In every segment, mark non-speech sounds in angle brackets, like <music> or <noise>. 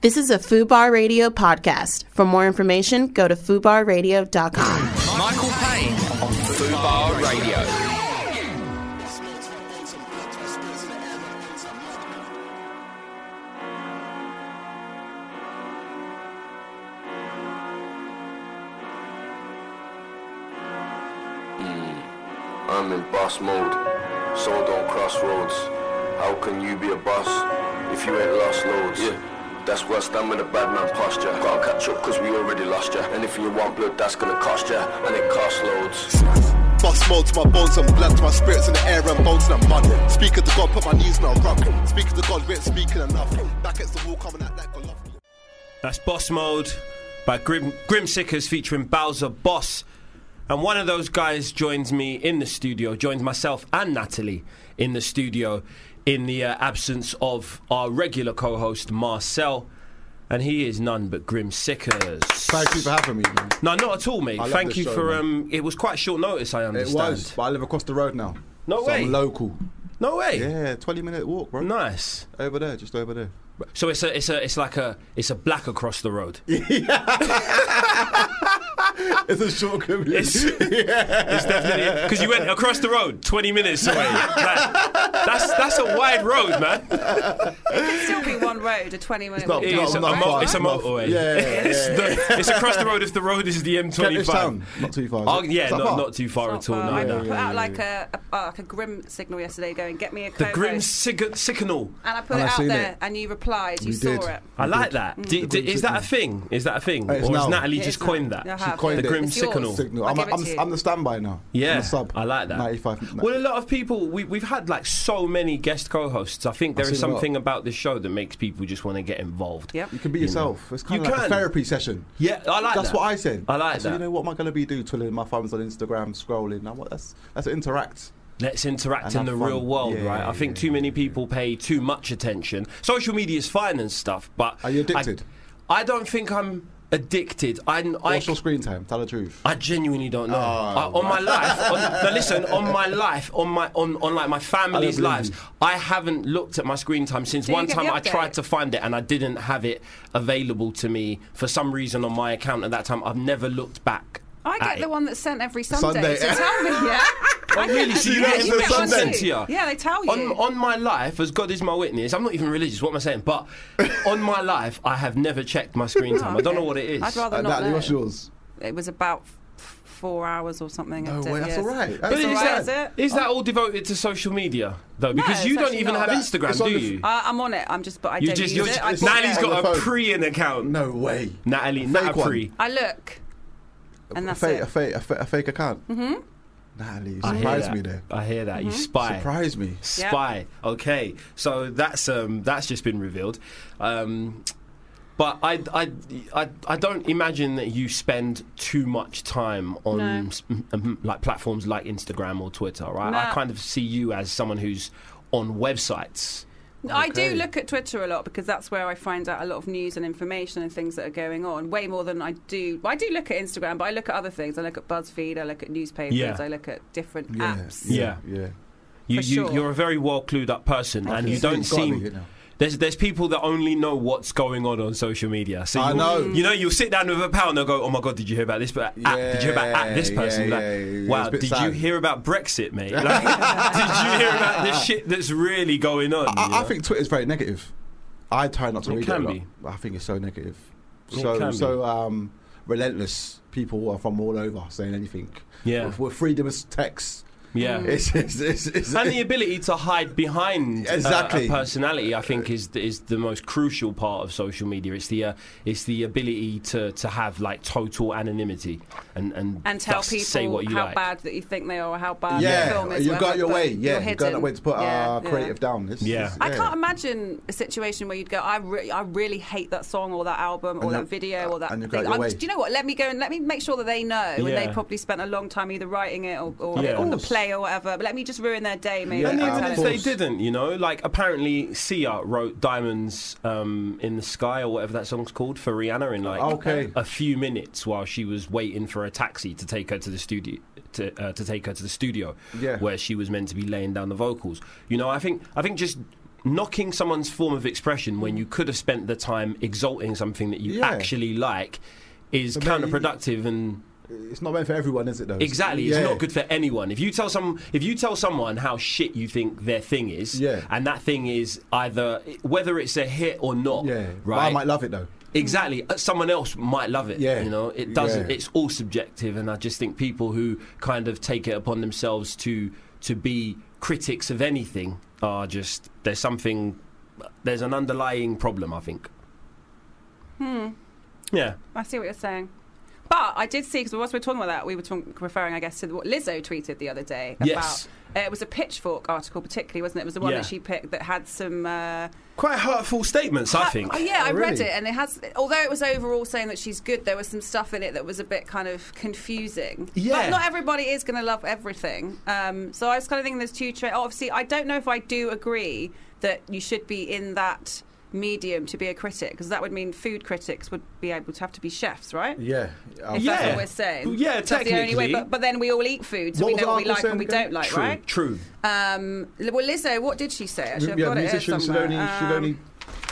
This is a FUBAR Radio podcast. For more information, go to FUBARradio.com. Michael Payne on Fubar Radio. I'm in boss mode. Sold on crossroads. How can you be a boss if you ain't lost loads? Yeah. That's worse than with a bad man posture. Gotta catch up cause we already lost ya. And if you want blood, that's gonna cost ya. And it costs loads. Boss mode to my bones and blood to my spirits in the air and bones and I'm running. Speaker to God, put my knees now rocking. Speaker to God, we ain't speaking enough. Back against the wall, coming out like Golovkin. That's Boss Mode by Grim, Grim Sickers featuring Bowser Boss. And one of those guys joins me in the studio, joins myself and Natalie in the studio in the uh, absence of our regular co host, Marcel. And he is none but Grim Sickers. Thank you for having me, man. No, not at all, mate. I love Thank this you show, for. man. Um, it was quite short notice, I It understand. was, but I live across the road now. No so way. I'm local. No way. Yeah, 20 minute walk, bro. Nice. Over there, just over there. So it's a, it's a, it's like a, it's a black across the road. <laughs> It's a short commute. It's, it's definitely because you went across the road, twenty minutes away. Like, that's that's a wide road, man. still be one road, a 20 minute not- walk. It No, is a, not mo- far, it's a not- motorway. yeah, yeah, yeah, it's, the- it's across the road if the road is the Kentish M25. Town, not too far. is Oh, it? yeah, Is that not, far? not too far Not at all. far. No, I no. put out like a, a, oh, like a grim signal yesterday going, get me a The Cove grim road." sig- signal. And I put And I it out seen there it. and you replied, you, You saw did. it. I like that. D- d- grim is that a signal. thing? Is that a thing, Uh, it's or has now. Natalie Mm. It just is now. coined that? You have. coined The it. grim It's yours. signal. Signal. I I'm, give it I'm, to you. I'm the standby now. I'm Yeah, the sub. I like that. 95. Well, a lot of people we, we've had like so many guest co-hosts. I think there I've is seen a lot. something about this show that makes people just want to get involved. Yep. you can be yourself. It's kind You of like can. a therapy session. Yeah, I like That's that. what I said. I like said, that. You know what am I going to be doing? Twiddling my thumbs on Instagram, scrolling. I'm, that's that's interact. Let's interact And in the have real fun. world, Yeah, right? I think yeah, too many people pay too much attention. Social media is fine and stuff, but Are you I- addicted? I, don't think I'm addicted. I, I, What's your screen time? Tell the truth. I genuinely don't Oh, know. I, on my life, <laughs> on, no, listen, on my life, on my on, on like my family's blame lives, you. I haven't looked at my screen time since Do you one get time the I tried update? to find it and I didn't have it available to me for some reason on my account at that time. I've never looked back. I at get the it. one that's sent every Sunday. Sunday. So tell me, yeah. I really? So you yeah, get the get one Sunday? too. Yeah. Yeah, they tell you. on, on my life, as God is my witness, I'm not even religious, what am I saying? But on my life, I have never checked my <laughs> screen time. I don't know what it is. Oh, I'd rather Uh, not. Natalie, know. what's yours? It was about f- f- four hours or something. No I did, way, that's yes. all right. It's But all is, alright, right, that, is it? is that all devoted to social media, though? Because it's you don't actually even not. have That- Instagram, it's on do the- you? I, I'm on it. I'm just, but I you don't just, use you're, it. I it's put not- it Natalie's on the got a phone. pre in account. No way. Natalie, Fake Nat one. pre. I look, and A that's fake, it. a fake, a fake, a fake account. Mm-hmm. Natalie, you I hear surprised that. me there. I hear that. You Mm-hmm. spy. Surprised me. Yeah. Spy. Okay, so that's um, that's just been revealed. Um, but I, I, I, I don't imagine that you spend too much time on No. s- m- m- like platforms like Instagram or Twitter, right? No. I kind of see you as someone who's on websites. I Okay. do look at Twitter a lot because that's where I find out a lot of news and information and things that are going on. Way more than I do. well, I do look at Instagram, but I look at other things. I look at BuzzFeed. I look at newspapers. Yeah. I look at different apps. Yeah. yeah. You, you For sure. you're a very well clued up person, and you You've don't got me, seem. you know. There's there's people that only know what's going on on social media. So I you'll- know. Mm. You know, you'll sit down with a pal and they'll go, "Oh my god, did you hear about this? But app? did you hear about app? this Yeah, person? yeah, Like, yeah, yeah, yeah. wow, It's a bit did you sad. hear about Brexit, <laughs> mate? Like, did you hear about this shit that's really going on? you I, I know? think Twitter's very negative. I try not to It read can it a lot. be. I think it's so negative. It so can be. so um, relentless. People are from all over saying anything. Yeah. With, with freedom of text. yeah. Mm. It's, it's, it's, it's, <laughs> and the ability to hide behind uh, Exactly. a personality, I think, is is the most crucial part of social media. It's the uh, it's the ability to, to have like total anonymity and and, And tell thus people say what you how like. bad that you think they are, or how bad the film yeah, is. you've got whatever, your but way. you're Yeah, you've got hidden. that way to put Yeah, uh, yeah. creative down. It's, Yeah. it's- I can't imagine a situation where you'd go, I, re- I really hate that song or that album or And that, that- video or that and you've got thing. your I'm way. just- do you know what? Let me go and let me make sure that they know. And Yeah. they probably spent a long time either writing it or, or Yeah. on the course. play or whatever. But let me just ruin their day, maybe. Yeah, And by even of if telling they course. didn't, you know, like apparently Sia wrote "Diamonds um, in the Sky" or whatever that song's called for Rihanna in like Okay. a few minutes while she was waiting for a taxi to take her to the studio to, uh, to take her to the studio Yeah. where she was meant to be laying down the vocals. You know, I think I think just knocking someone's form of expression when you could have spent the time exalting something that you Yeah. actually like is But maybe- counterproductive and It's not meant for everyone, is it? Though. Exactly, it's Yeah. not good for anyone. If you tell some, if you tell someone how shit you think their thing is, Yeah. and that thing is either whether it's a hit or not, Yeah, But I right? might love it though. exactly, uh, someone else might love it. Yeah. you know, it doesn't. Yeah. It's all subjective, and I just think people who kind of take it upon themselves to to be critics of anything are just there's something there's an underlying problem. I think. Hmm. Yeah. I see what you're saying. But I did see, because whilst we are talking about that, we were talking, referring, I guess, to what Lizzo tweeted the other day about. Yes. Uh, it was a Pitchfork article, particularly, wasn't it? It was the one Yeah. that she picked that had some. Uh, Quite hurtful statements, I think. Oh, yeah, I Oh, read really? it, and it has. Although it was overall saying that she's good, there was some stuff in it that was a bit kind of confusing. Yeah. But not everybody is going to love everything. Um, so I was kind of thinking there's two traits. Obviously, I don't know if I do agree that you should be in that medium to be a critic, because that would mean food critics would be able to have to be chefs, right? Yeah. Um, If that's Yeah. what we're saying. Yeah, That's the only way. technically. But, but then we all eat food, so What we was know the what we article like and saying we again? don't like, true. right? True. Um, li- well, Lizzo, what did she say? Actually, I've yeah, got it here musicians should somewhere. only, should Um, only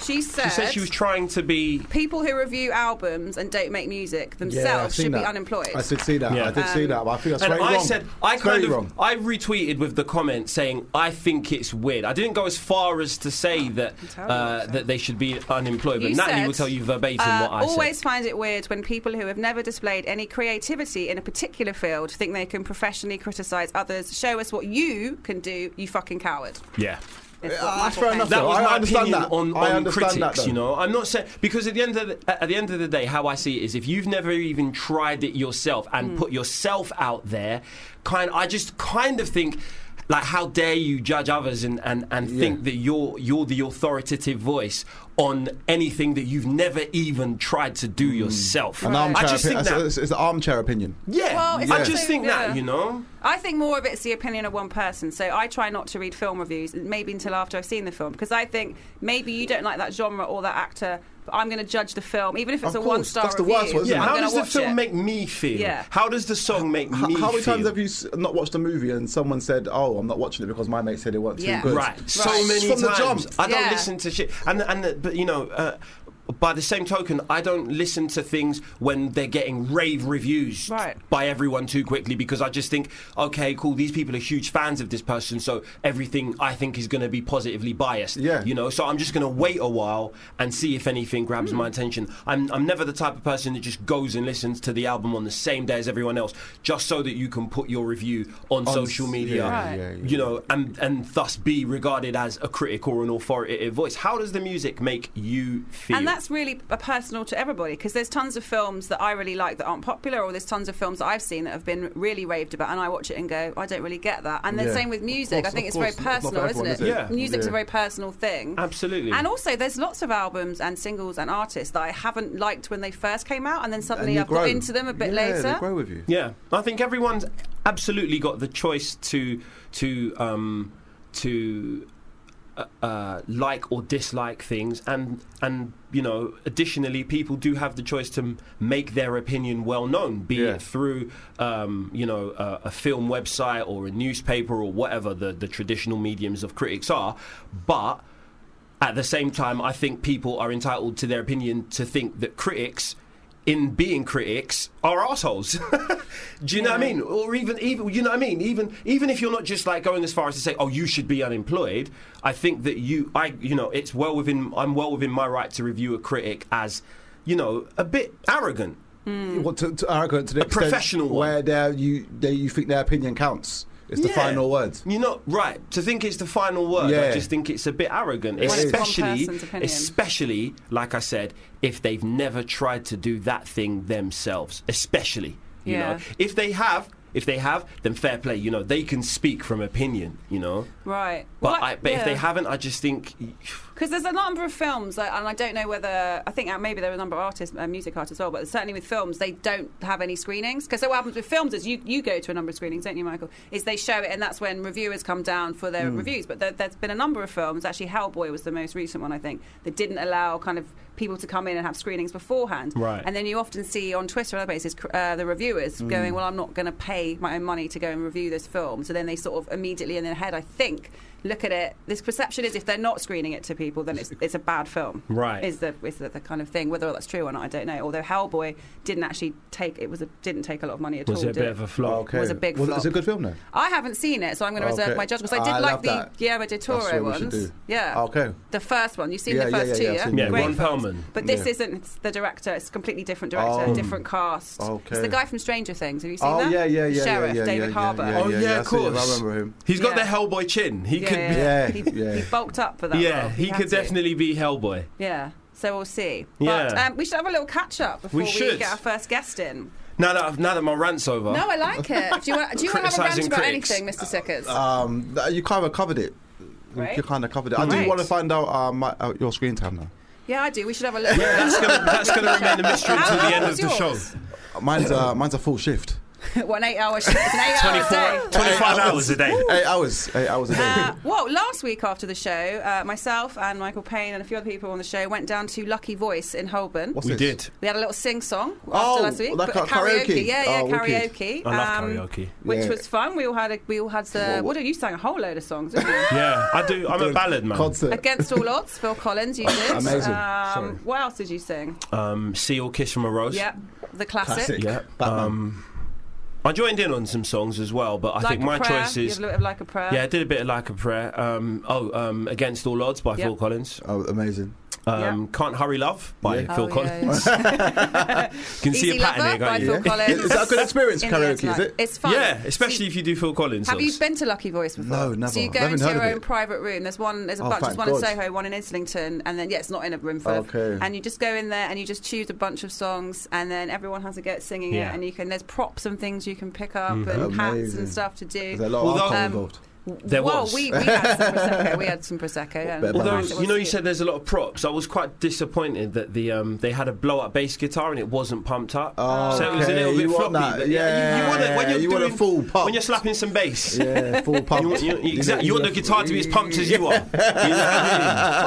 she said She said she was trying to be people who review albums and don't make music Yeah, I've themselves seen should be that. unemployed. I did see that. Yeah. I did see Um, that. But I think that's And very I wrong. said, I It's kind very of, wrong. I retweeted with the comment saying, I think it's weird. I didn't go as far as to say that Ah, tell you uh, so. that they should be unemployed, but You Natalie said, will tell you verbatim uh, what I always said. find it weird when people who have never displayed any creativity in a particular field think they can professionally criticise others. Show us what you can do, you fucking coward. Yeah. It's what Uh, that's Michael fair Caine enough, said. That was I my understand opinion that. on, I on understand that, critics, though. you know. I'm not saying because at the end of the, at the end of the day, how I see it is, if you've never even tried it yourself Mm. and put yourself out there, kind I just kind of think, like, how dare you judge others and, and, and think that you're you're the authoritative voice on anything that you've never even tried to Mm. do yourself. An I armchair just think opinion. that. It's, it's the armchair opinion. Yeah, Well, it's I also- just think yeah. that you know. I think more of it's the opinion of one person. So I try not to read film reviews, maybe until after I've seen the film, because I think maybe you don't like that genre or that actor, but I'm going to judge the film, even if it's Of a course, one star that's the review. worst one, isn't Yeah, it? I'm how gonna does the watch film it. make me feel? Yeah. How does the song make H- me how many feel? times have you s- not watched a movie and someone said, "Oh, I'm not watching it because my mate said it wasn't Yeah. too good"? Right. So Right. many From the times. jump. I don't Yeah. listen to shit. And and but you know. Uh, by the same token, I don't listen to things when they're getting rave reviews Right. by everyone too quickly because I just think, okay, cool, these people are huge fans of this person, so everything I think is going to be positively biased. Yeah. You know, so I'm just going to wait a while and see if anything grabs Hmm. my attention. I'm, I'm never the type of person that just goes and listens to the album on the same day as everyone else just so that you can put your review on, On social s- media, yeah, Right. yeah, yeah. Uh, you know, and and thus be regarded as a critic or an authoritative voice. How does the music make you feel? And that's really a personal to everybody because there's tons of films that I really like that aren't popular, or there's tons of films that I've seen that have been really raved about, and I watch it and go, I don't really get that. And the Yeah. same with Of music. course, I think of it's course. very Not for personal, isn't everyone, is it? it? Yeah. Music's a Yeah. very personal thing. Absolutely. And also, there's lots of albums and singles and artists that I haven't liked when they first came out, and then suddenly you I've grow. got into them a bit yeah, later. They grow with you. yeah, I think everyone's absolutely got the choice to to um, to uh, uh, like or dislike things, and and you know, additionally, people do have the choice to m- make their opinion well known, be Yeah. it through um, you know a, a film website or a newspaper or whatever the the traditional mediums of critics are, but. At the same time, I think people are entitled to their opinion to think that critics, in being critics, are assholes. <laughs> Do you know what I mean? Or even, even you know what I mean? Even even if you're not just like going as far as to say, "Oh, you should be unemployed," I think that you, I, you know, it's well within. I'm well within my right to review a critic as, you know, a bit arrogant. Hmm. Well, to, to arrogant to the A extent professional one. where they're- you they, you think their opinion counts. It's the Yeah. final word. You're not right to think it's the final word. I Yeah. just think it's a bit arrogant, Well, it's one especially, person's opinion. especially like I said, if they've never tried to do that thing themselves. Especially, you Yeah. know, if they have, if they have, then fair play. You know, they can speak from opinion. You know, Right. but Well, I, but if they yeah. haven't, I just think, <sighs> Because there's a number of films, like, and I don't know whether I think uh, maybe there are a number of artists, uh, music artists as well, but certainly with films they don't have any screenings. Because what happens with films is you, you go to a number of screenings, don't you, Michael? Is they show it, and that's when reviewers come down for their reviews. But there, there's been a number of films. Actually, Hellboy was the most recent one I think that didn't allow kind of people to come in and have screenings beforehand. Right. And then you often see on Twitter and other places cr- uh, the reviewers Mm. going, "Well, I'm not going to pay my own money to go and review this film." So then they sort of immediately in their head, I think, look at it. This perception is if they're not screening it to people, <laughs> then it's, it's a bad film. Right. Is the is the, the kind of thing whether that's true or not? I don't know. Although Hellboy didn't actually take it was a, didn't take a lot of money at Was all. it a did bit of a flop? Okay. was a big Was it- flop. It's a good film, though. I haven't seen it, so I'm going to reserve Okay. my judgment. 'cause I did I like love the that. Guillermo de Toro what we should ones. do. Yeah. Okay. The first one. You've seen Yeah, the yeah, yeah, yeah, first two, I've yeah? seen Yeah, Great Ron Perlman. But this Yeah. isn't the director. It's a completely different director, Oh. different cast. It's Okay. the guy from Stranger Things. Have you seen Oh, that? yeah, yeah, The yeah, yeah, Sheriff yeah, David yeah, Harbour. yeah, Oh yeah, yeah, yeah, of I see it. I course. remember him. He's got Yeah. the Hellboy chin. He could. be- yeah. He, yeah. he bulked up for that. Yeah, role. he, had could to. definitely be Hellboy. Yeah. So we'll see. Yeah. But um, we should have a little catch up before We we, should. get our first guest in. Now that I've, now that my rant's over. No, I like it. Do you want, do you want to have a rant Criticising about critics. anything, Mr. Sickers? Um, th- you kind of covered it. Right. You kind of covered it. I Right. do want to find out uh, my, uh, your screen time now. yeah, I do. We should have a little. Yeah, that's gonna that's gonna remain a mystery How until the long end of was the show. yours? Mine's uh, mine's a full shift. <laughs> One eight hour shift. It's an eight hour 24, day. 25 hours a day. Eight hours. Eight hours a day. Uh, well, last week after the show, uh, myself and Michael Payne and a few other people on the show went down to Lucky Voice in Holborn. What's We this? did. We had a little sing song after Oh, last week. like but a karaoke. karaoke. Yeah, yeah, Oh, wicked. karaoke. Um, I love karaoke. Which Yeah. was fun. We all had a, we all had the. Well, What did you sang a whole load of songs? Didn't you? <laughs> Yeah, I do. I'm a ballad man. <laughs> Concert. Against all odds, Phil Collins. You did. Amazing. Sorry. Um, what else did you sing? Um, see or kiss from a rose. Yeah, the classic. Classic. Yeah. Batman. Um, I joined in on some songs as well, but I Like think a my prayer. choice You is had a little bit of like a prayer. yeah. I did a bit of like a prayer. Um, oh, um, against all odds by Yeah. Phil Collins. oh, amazing. Um, Can't hurry love by Yeah. Phil Oh, Collins. <laughs> yeah, you can see Easy a pattern Lover here, by can't you? Phil Collins. Is that a good experience, In the End karaoke, is Light. it? It's fun. Yeah, especially if you do Phil Collins. Have you songs. been to Lucky Voice before? No, never. So you go Never into heard your of own it. private room. There's one. There's a Oh, bunch. There's thank one in God. Soho, one in Islington, and then yeah, it's not in a room full Okay. of. And you just go in there and you just choose a bunch of songs, and then everyone has a go at singing Yeah. it, and you can. There's props and things you can pick up, and hats Mm-hmm. Amazing. and stuff to do. There's a lot Although- of alcohol Um, involved. There well, was. we, we had <laughs> some prosecco. We had some prosecco. Yeah. Better Although Nice. you know, you said there's a lot of props. I was quite disappointed that the um, they had a blow up bass guitar and it wasn't pumped up, Oh, so it was a little okay, bit you floppy. want that. But yeah, you, you want it when Yeah, you're you want a doing- full pump. when you're slapping some bass. Yeah, full <laughs> pump. You, want- <laughs> you, you, exactly, you want the guitar to be as pumped as you are. You know what I mean? Well,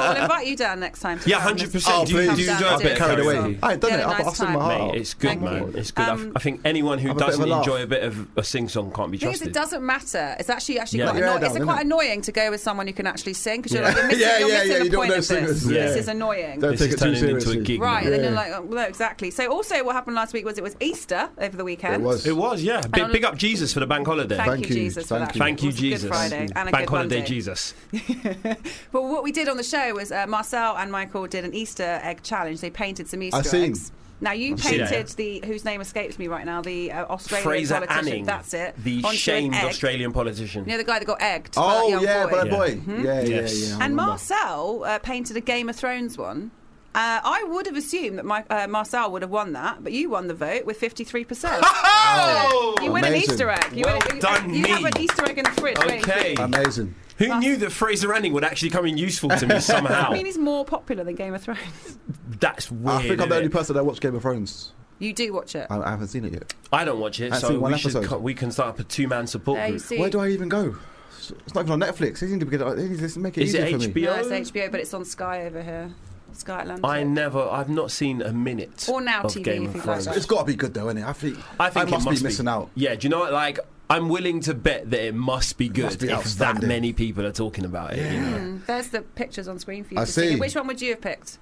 <laughs> I'll invite you down next time. to Yeah, come and 100%. listen. Do you- Come do you down enjoy to a bit of the karaoke? song. I ain't done You it. had a I've- nice I've sung my time. heart Mate, out. it's good, Thank man. you. It's good. Um, I, I think anyone who have a bit of doesn't a laugh. enjoy a bit of a sing song can't be thing is, it trusted. doesn't matter. It's actually actually Yeah. quite, Yeah, anno- it it's doesn't, quite innit? annoying to go with someone you can actually sing because you're like, you're missing, Yeah, you're yeah, missing yeah, the you don't point know of this. singers. Yeah. This is annoying. Don't This take is it too turning into a seriously. gig. Right, Yeah. then you're like, oh, well, exactly. So also, what happened last week was it was Easter over the weekend. It was. It was, yeah. Big, on- big up Jesus for the bank holiday. Thank, Thank, Thank you, you, Jesus, for thank that. you. It you, was a good Jesus. Friday and a bank good holiday, Monday. Jesus. But what we did on the show was uh, Marcel and Michael did an Easter egg challenge. They painted some Easter I've seen. eggs. Now you seen that, painted the whose name escapes me right now the uh, Australian Fraser politician. Anning, That's it. the onto an shamed egg. Australian politician. You know the guy that got egged. by that <laughs> Oh young yeah, boy. Mm-hmm. but a boy. Yeah, yeah, Yes. yeah. I And remember. Marcel uh, painted a Game of Thrones one. Uh, I would have assumed that my, uh, Marcel would have won that, but you won the vote with 53%. Oh! you win an Amazing. Easter egg. You, Well win, you- done, you have me. an Easter egg in the fridge. waiting for Okay. you. Amazing. Who knew that Fraser Anning would actually come in useful to me somehow? I mean, he's more popular than Game of Thrones. <laughs> That's weird. I think I'm the innit? only person that watched Game of Thrones. You do watch it. I, I haven't seen it yet. I don't watch it, I've so seen one we, should, episode. co- we can start up a two man support There Uh, you group. see. Where do I even go? It's it's not even on Netflix. They need to, be good- they need to make it Is easier it for me. HBO? No, it's HBO, but it's on Sky over here. Sky Atlantic. I never, I've not seen a minute Or Now of TV, Game if of you'd like Thrones. that. It's got to be good though, isn't it? I think I think it must, must be missing out. Yeah, do you know what? Like, I'm willing to bet that it must be good Must be if that outstanding. many people are talking about it. You know? Mm, There's the pictures on screen for you I to see. see. Which one would you have picked,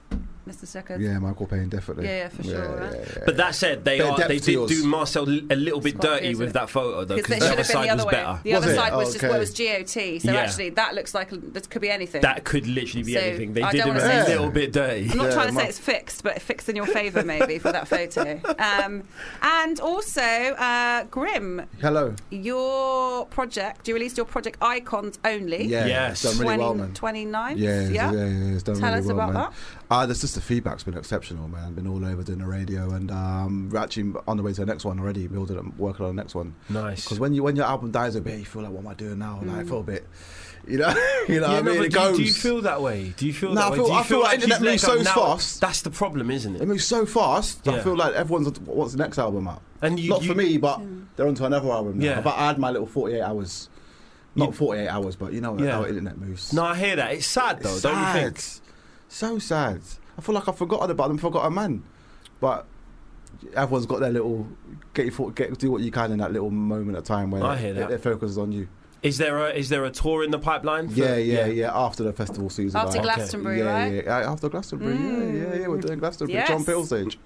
Mr. Seckers? Yeah, Michael Payne definitely. Yeah, yeah, for sure, right? But that said, they Bit of are, they depth to did yours. do Marcel l- a little bit It's quite dirty good, with isn't it? that photo though, because Because the it should other have been side the other was way. better. The Was other it? side was just Okay. what was GOT. So Yeah. actually, that looks like that could be anything. That could literally be So, anything. They I did don't him wanna say a so. little bit dirty. I'm not Yeah, trying to my- say it's fixed, but fixed in your favour maybe for that photo. Um, and also, uh, Grim, Hello. your project, you released your project Icons Only. Yeah, Yes. it's done really 20, well, man. 29th? Yeah, it's- yeah, yeah, it's done Tell really us well, about man. that. Uh, the sister feedback's been exceptional, man. I've been all over doing the radio, and um, we're actually on the way to the next one already. Building, up- working on the next one. Nice. Because when you when your album dies a bit, you feel like, what am I doing now? Mm. Like for a bit, you know, <laughs> you know. Yeah, what I no, mean, but it do, you- goes. do you feel that way? Do you feel No, that I way? feel- do you I feel like you've internet let moves go so now? fast. That's the problem, isn't It it? moves so fast. I Yeah. feel like everyone's what's the next album up. And you- not you- for me, but they're onto another album. Now. Yeah. But I had my little forty-eight hours. Not You- forty-eight hours, but you know Yeah. how internet moves. No, I hear that. It's sad though, don't you think? Sad. So sad. I feel like I've forgotten about them, forgot a man. But everyone's got their little get, your, thought- get do what you can in that little moment of time where I hear that. it, it focuses on you. Is there a is there a tour in the pipeline? for- Yeah, yeah, yeah, After the festival season, After like- Glastonbury, yeah, right? Mm. Yeah, yeah. After Glastonbury, yeah, yeah, yeah. We're doing Glastonbury. Yes. John Peel stage,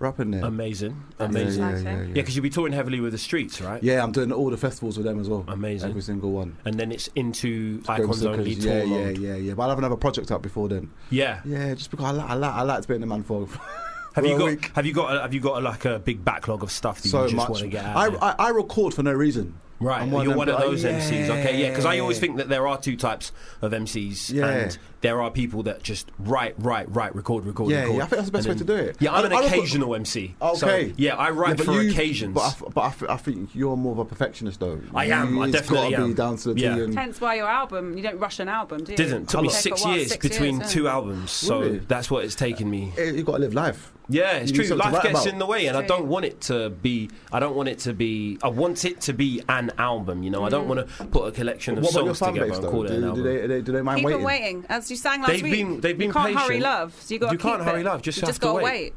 rapping there. Amazing, That's amazing. yeah, yeah, exciting. yeah, Yeah, yeah. because you'll be touring heavily with the streets, right? Yeah, I'm doing all the festivals with them as well. Amazing. Every single one. And then it's into Grim Icons Sickers, Only tour yeah, yeah, mode. yeah, yeah. But I'll have another project up before then. Yeah. Yeah, just because I like, I like, I like to be in the man for. <laughs> Have for you a got week. have you got a, have you got a, like a big backlog of stuff that so you just much? want to get out? I, there? I I record for no reason. Right, I'm you're one of them- those MCs, okay? Yeah, because I always Yeah. think that there are two types of MCs, Yeah. and there are people that just write, write, write, record, record, Yeah, record. yeah, I think that's the best and way then- to do it. Yeah, I'm I- an I record- occasional MC. so, Okay. yeah, I write but for you- occasions. But, I, f- but I, f- I think you're more of a perfectionist, though. I am, I It's definitely gotta am. be down to the Yeah. T. And, Hence why your album, you don't rush an album, do you? Didn't took me Take a six while, years six between years, two yeah. albums, so Really? that's what it's taken me. Eh, you got to live life. Yeah, it's You need true. something to Life write gets about. in the way, and I True. don't want it to be. I don't want it to be. I want it to be an album. You know, I Mm. don't want to put a collection of What about your songs fan together base, and though? call it an Do, do, album. they, they, do they mind Keep waiting? them waiting, as you sang last They've week. been- they've been you can't hurry patient. love, so you got You can't keep hurry it. love, just you have just to gotta wait. wait.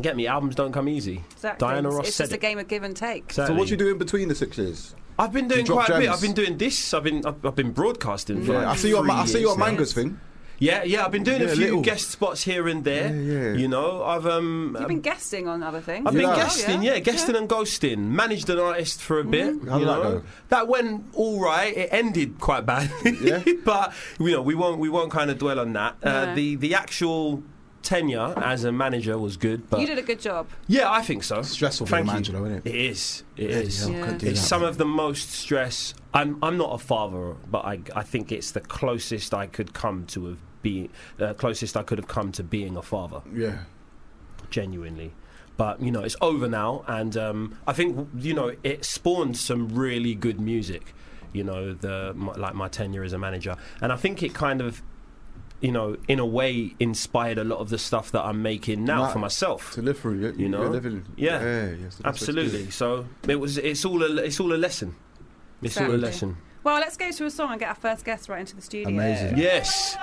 Get me, albums don't come easy. Exactly. Diana Ross it's said just a it. game of give and take. So Exactly. what you do in between the sixes? I've been doing You drop quite a bit. gems. I've been doing this. I've been I've, I've been broadcasting. For Yeah, like I see your three ma- I see your years now. mangoes thing. Yeah, yeah. I've been doing Yeah, a few little. guest spots here and there. Yeah, yeah. You know, I've um. You've been guesting on other things. I've You been like- Oh, guesting, yeah, guesting and ghosting. Managed an artist for a bit. How you did know. that go? That went all right. It ended quite badly, Yeah? <laughs> but you know we won't we won't kind of dwell on that. Uh, No. the the actual tenure as a manager was good, but You did a good job. yeah, I think so. Stressful Thank being a you. manager, though, isn't it? It is. It Bloody is. hell, Yeah. couldn't do It's that, some man. of the most stress. I'm I'm not a father, but I I think it's the closest I could come to of being uh, closest I could have come to being a father, Yeah. genuinely. But you know, it's over now, and um, I think you know it spawned some really good music. You know, the my, like my tenure as a manager, and I think it kind of. You know, in a way, inspired a lot of the stuff that I'm making now Right. for myself. To live through, you, You know? you're living. Yeah. yes, Absolutely. So it was. It's all a. It's all a lesson. It's all a Exactly. lesson. Well, let's go to a song and get our first guest right into the studio. Amazing. Yes.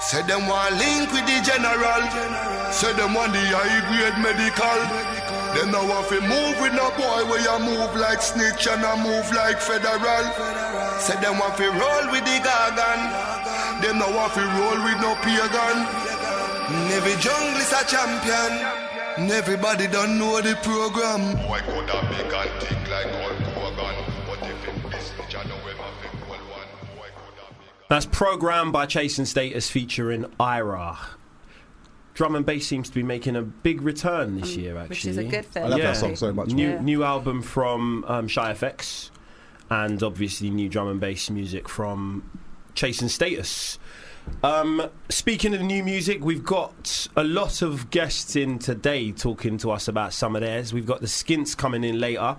Say them want link with the general. Say them want the high grade medical. Them now want to move with no boy where you move like snitch and I move like federal. Say them want to roll with the gargan. Them now want to roll with no pagan. And Every jungle is a champion. And Everybody don't know the program. Why could I make and think like old Kogan? But if it is, which I know him, I think well one. Why could I make That's programmed by Chasing Status featuring Ira. Drum and bass seems to be making a big return this year. Actually, Um, Which is a good thing. I love Yeah. that song so much. New man. Yeah. new album from um, Shy FX, and obviously new drum and bass music from Chasing Status. Um, speaking of new music, we've got a lot of guests in today talking to us about some of theirs. We've got the Skints coming in later,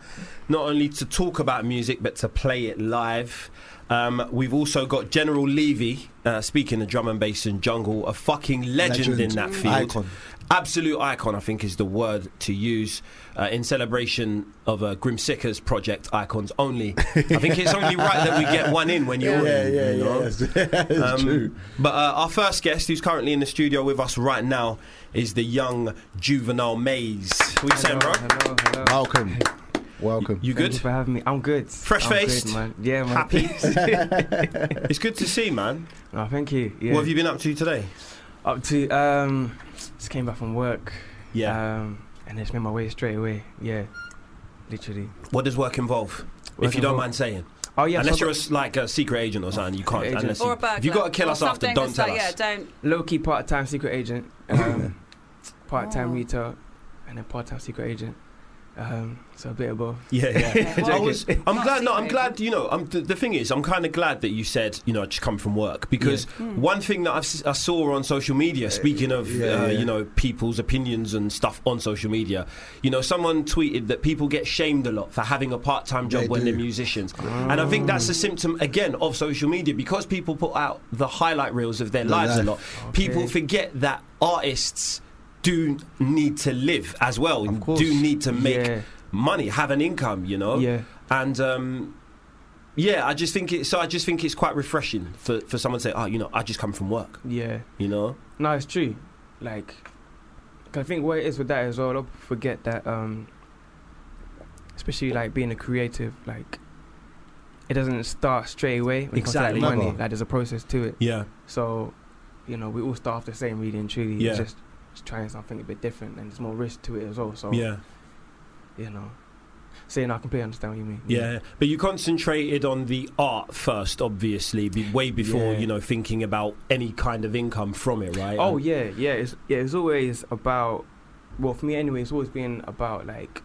not only to talk about music but to play it live. Um, we've also got General Levy, uh, speaking of drum and bass and jungle, a fucking legend, in that field Mm. Icon. absolute icon, I think, is the word to use uh, in celebration of uh, Grim Sicker's project, Icons <laughs> Only. I think it's only right that we get one in when you're yeah, in. yeah, you yeah. know? yes. it's Um, true. But uh, our first guest, who's currently in the studio with us right now, is the young Juvenile Maze. What you saying, bro? Hello, hello. <laughs> Welcome. Welcome. You Thank good? you for having me. I'm good. Fresh-faced? I'm good, man. Yeah, man. Happy? <laughs> it's good to see, man. Oh, thank you. Yeah. What have you been up to today? Up to um, just came back from work. Yeah. Um, and just made my way straight away. Yeah. Literally. what does work involve? if Work you don't involved- mind saying, Oh yeah. unless so you're a s like a secret agent or something, you can't. agent. Unless Or you, a burglar. if you got to kill or us after, something don't that's tell us. like, Yeah, don't. low key part time secret agent. <laughs> Um, part time Oh. retail, and then part time secret agent. Um, so a bit of both. Yeah, yeah. Well, I I was, I'm Not glad. No, I'm secret. glad. You know, I'm, the, the thing is, I'm kind of glad that you said, you know, I just come from work because one thing that I've, s- I saw on social media, speaking of, yeah, uh, yeah. you know, people's opinions and stuff on social media, you know, someone tweeted that people get shamed a lot for having a part-time job They when they're do. musicians, and I think that's a symptom again of social media because people put out the highlight reels of their lives a lot. life. People Okay. forget that artists do need to live as well. You do need to make Yeah. money, have an income, you know. Yeah. And um, yeah, I just think it. So I just think it's quite refreshing for for someone to say, oh, you know, I just come from work, Yeah. you know. No, it's true. Like, 'cause I think what it is with that as well, a lot of people forget that, um, especially like being a creative, like, it doesn't start straight away when Exactly. it comes to like, money. Never. Like, there's a process to it. Yeah. So, you know, we all start off the same, really and truly. Yeah. It's just, just trying something a bit different, and there's more risk to it as well. So, Yeah. you know. So, you know, I completely understand what you mean. Yeah, but you concentrated on the art first, obviously, be- way before Yeah. you know thinking about any kind of income from it, right? Oh And- yeah, yeah. It's yeah. It's always about. Well, for me anyway, it's always been about like.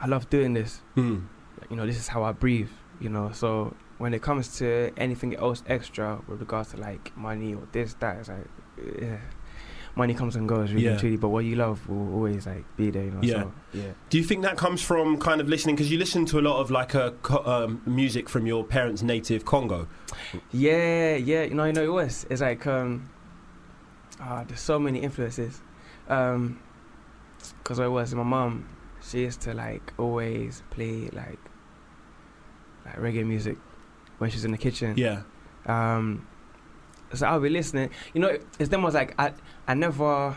I love doing this. Mm. Like, You know, this is how I breathe. You know, so when it comes to anything else extra with regards to like money or this that, it's like yeah, money comes and goes really Yeah. and truly. But what you love will always like be there. You know, Yeah. So, yeah. Do you think that comes from kind of listening? Because you listen to a lot of like uh, co- um, music from your parents' native Congo. Yeah, yeah, you know, you know it was. It's like um, ah, there's so many influences. Um, cause what it was, my mom, she used to like always play like like reggae music when she's in the kitchen. Yeah, Um, so I'll be listening. You know, it's them was like I I never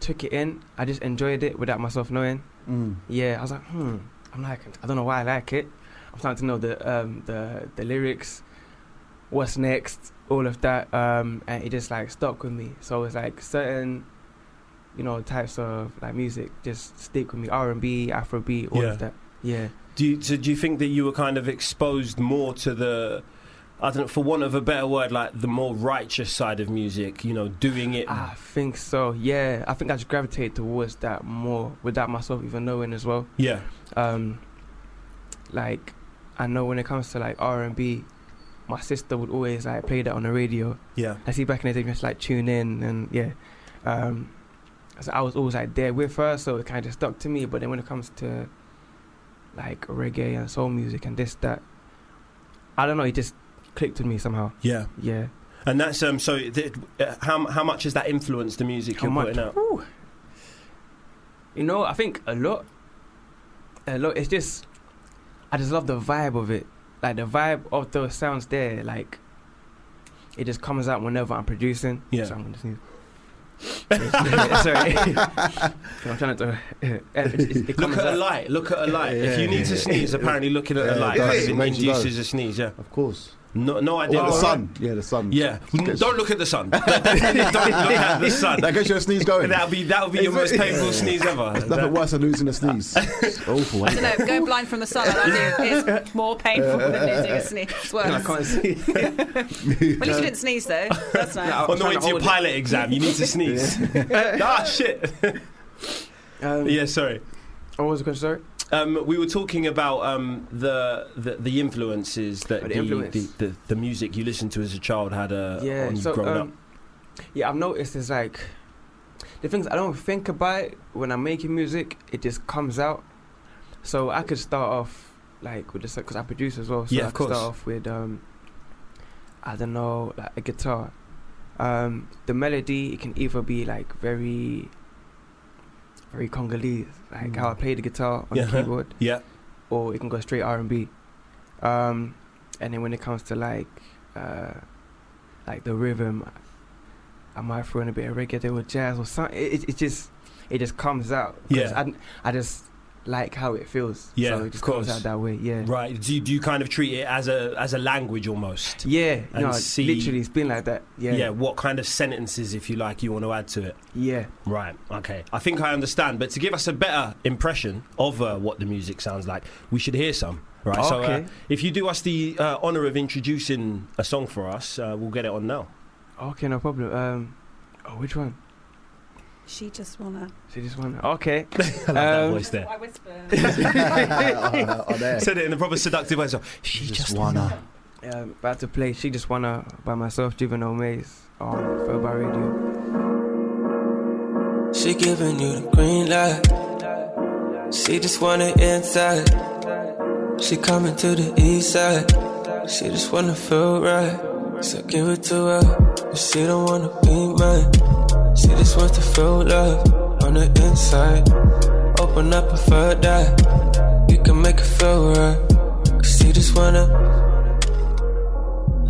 took it in. I just enjoyed it without myself knowing. Mm. Yeah, I was like, hmm, I'm liking. I don't know why I like it. I'm starting to know the um, the the lyrics, what's next, all of that, um, and it just like stuck with me. So it's like certain, you know, types of like music just stick with me. R and B, Afro beat, all Yeah. of that. Yeah, Do you, so do you think that you were kind of exposed more to the, I don't know, for want of a better word, like the more righteous side of music? You know, doing it. Ah. I think so. Yeah, I think I just gravitate towards that more without myself even knowing as well. Yeah, um like I know when it comes to like R and B, my sister would always like play that on the radio. yeah, I see back in the day we used to like tune in and yeah. Um so I was always like there with her so it kinda stuck to me. But then when it comes to like reggae and soul music and this that I don't know, it just clicked with me somehow. yeah. Yeah. And that's um. So th- uh, how how much has that influenced the music How you're much? putting out? Whew. You know, I think a lot. A lot. It's just, I just love the vibe of it. Like the vibe of those sounds there. Like, it just comes out whenever I'm producing. Yeah. So I'm gonna sneeze. <laughs> Sorry. I'm trying not to. <laughs> It, it, it Look comes at a out. light. Look at a light. if yeah, you need yeah, to yeah. sneeze, apparently looking at Yeah, a it light does. it It makes you induces a sneeze. Yeah. Of course. No, no Or idea. Oh, the All right. sun. Yeah, the sun. Yeah, Gets- <laughs> don't look at the sun. <laughs> Definitely don't look at the sun. That gets your sneeze going. That'll be that'll be your most painful sneeze ever. It's nothing worse than losing <laughs> a sneeze. It's awful. I Ain't it? don't know. Go blind from the sun. It's more painful than losing a sneeze. It's worse. I can't see. <laughs> At least you didn't sneeze though. <laughs> That's nice. On the way to Oh, your pilot exam, you need <laughs> to sneeze. ah, shit. Um, yeah, sorry. What was the question? Sorry. Um, we were talking about um, the, the the influences that Oh, the, the influence. The, the, the music you listened to as a child had uh, yeah, on you so, growing up. um, Yeah, I've noticed is like the things I don't think about when I'm making music, it just comes out. So I could start off like with this because I produce as well. So Yeah, I of could course. start off with um, I don't know, like a guitar. Um, the melody it can either be like very, very Congolese, like how I play the guitar on Mm. Yeah. the keyboard, Yeah, or it can go straight R and B. Um, and then when it comes to like uh, like the rhythm, I might throw in a bit of reggae there with jazz or something. It, it, it just it just comes out. 'Cause Yeah. I, I just like how it feels. Yeah, so it of just course. comes out that way. Yeah, right. Do you, do you kind of treat it as a as a language almost? yeah. And no, see- literally, it's been like that. Yeah, yeah. What kind of sentences, if you like, you want to add to it? yeah. Right, okay. I think I understand, but to give us a better impression of uh, what the music sounds like, we should hear some. Right, so uh, Okay. if you do us the uh, honour of introducing a song for us, uh, we'll get it on now. Okay, no problem. Um, oh, which one? She just wanna. See this one? Okay. <laughs> I love that Um, voice <laughs> there. I whisper. on, on air. Said it in a proper seductive way. So, she just, wanna. <laughs> Um, about to play She Just Wanna by myself, Juvenile Maze on Fell by Radio. She giving you the green light. She just want it inside. She coming to the east side. She just wanna feel right. So give it to her. If she don't wanna be mine. See this wants to feel love on the inside. Open up and feel that you can make it feel right. See this wanna,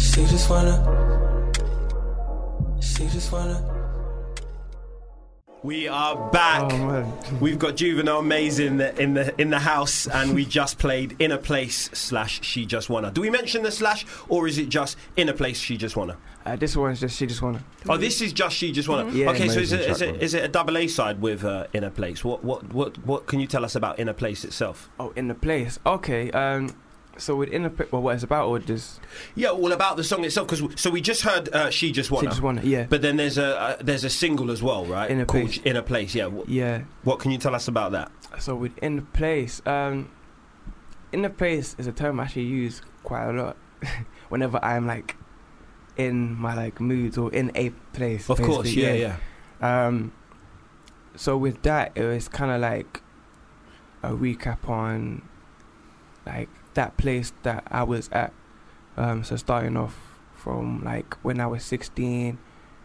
see this wanna, see this wanna. We are back. Oh, We've got Juvenile Maze in the in the in the house, and <laughs> we just played In a Place slash She Just Wanna. Do we mention the slash, or is it just In a Place She Just Wanna? Uh, this one's just she just wanna. Oh, this is just She Just Wanna. Mhm. Yeah, okay, so is amazing it, is, track, it, is it a double A side with uh, In a Place? What what what what can you tell us about In a Place itself? Oh, in the place. Okay. Um. So within the pla- well, what it's about or just Yeah, well, about the song itself, because so we just heard uh, She Just Wanna. she just wanna? Yeah. But then there's a uh, there's a single as well, right? In a Called Place. In a Place. Yeah. Wh- Yeah. What can you tell us about that? So within the place. Um. In the place is a term I actually use quite a lot <laughs> whenever I'm like in my like moods or in a place. Of course, basically, yeah, yeah. Um, so with that, it was kind of like a recap on like that place that I was at. Um, so starting off from like when I was 16,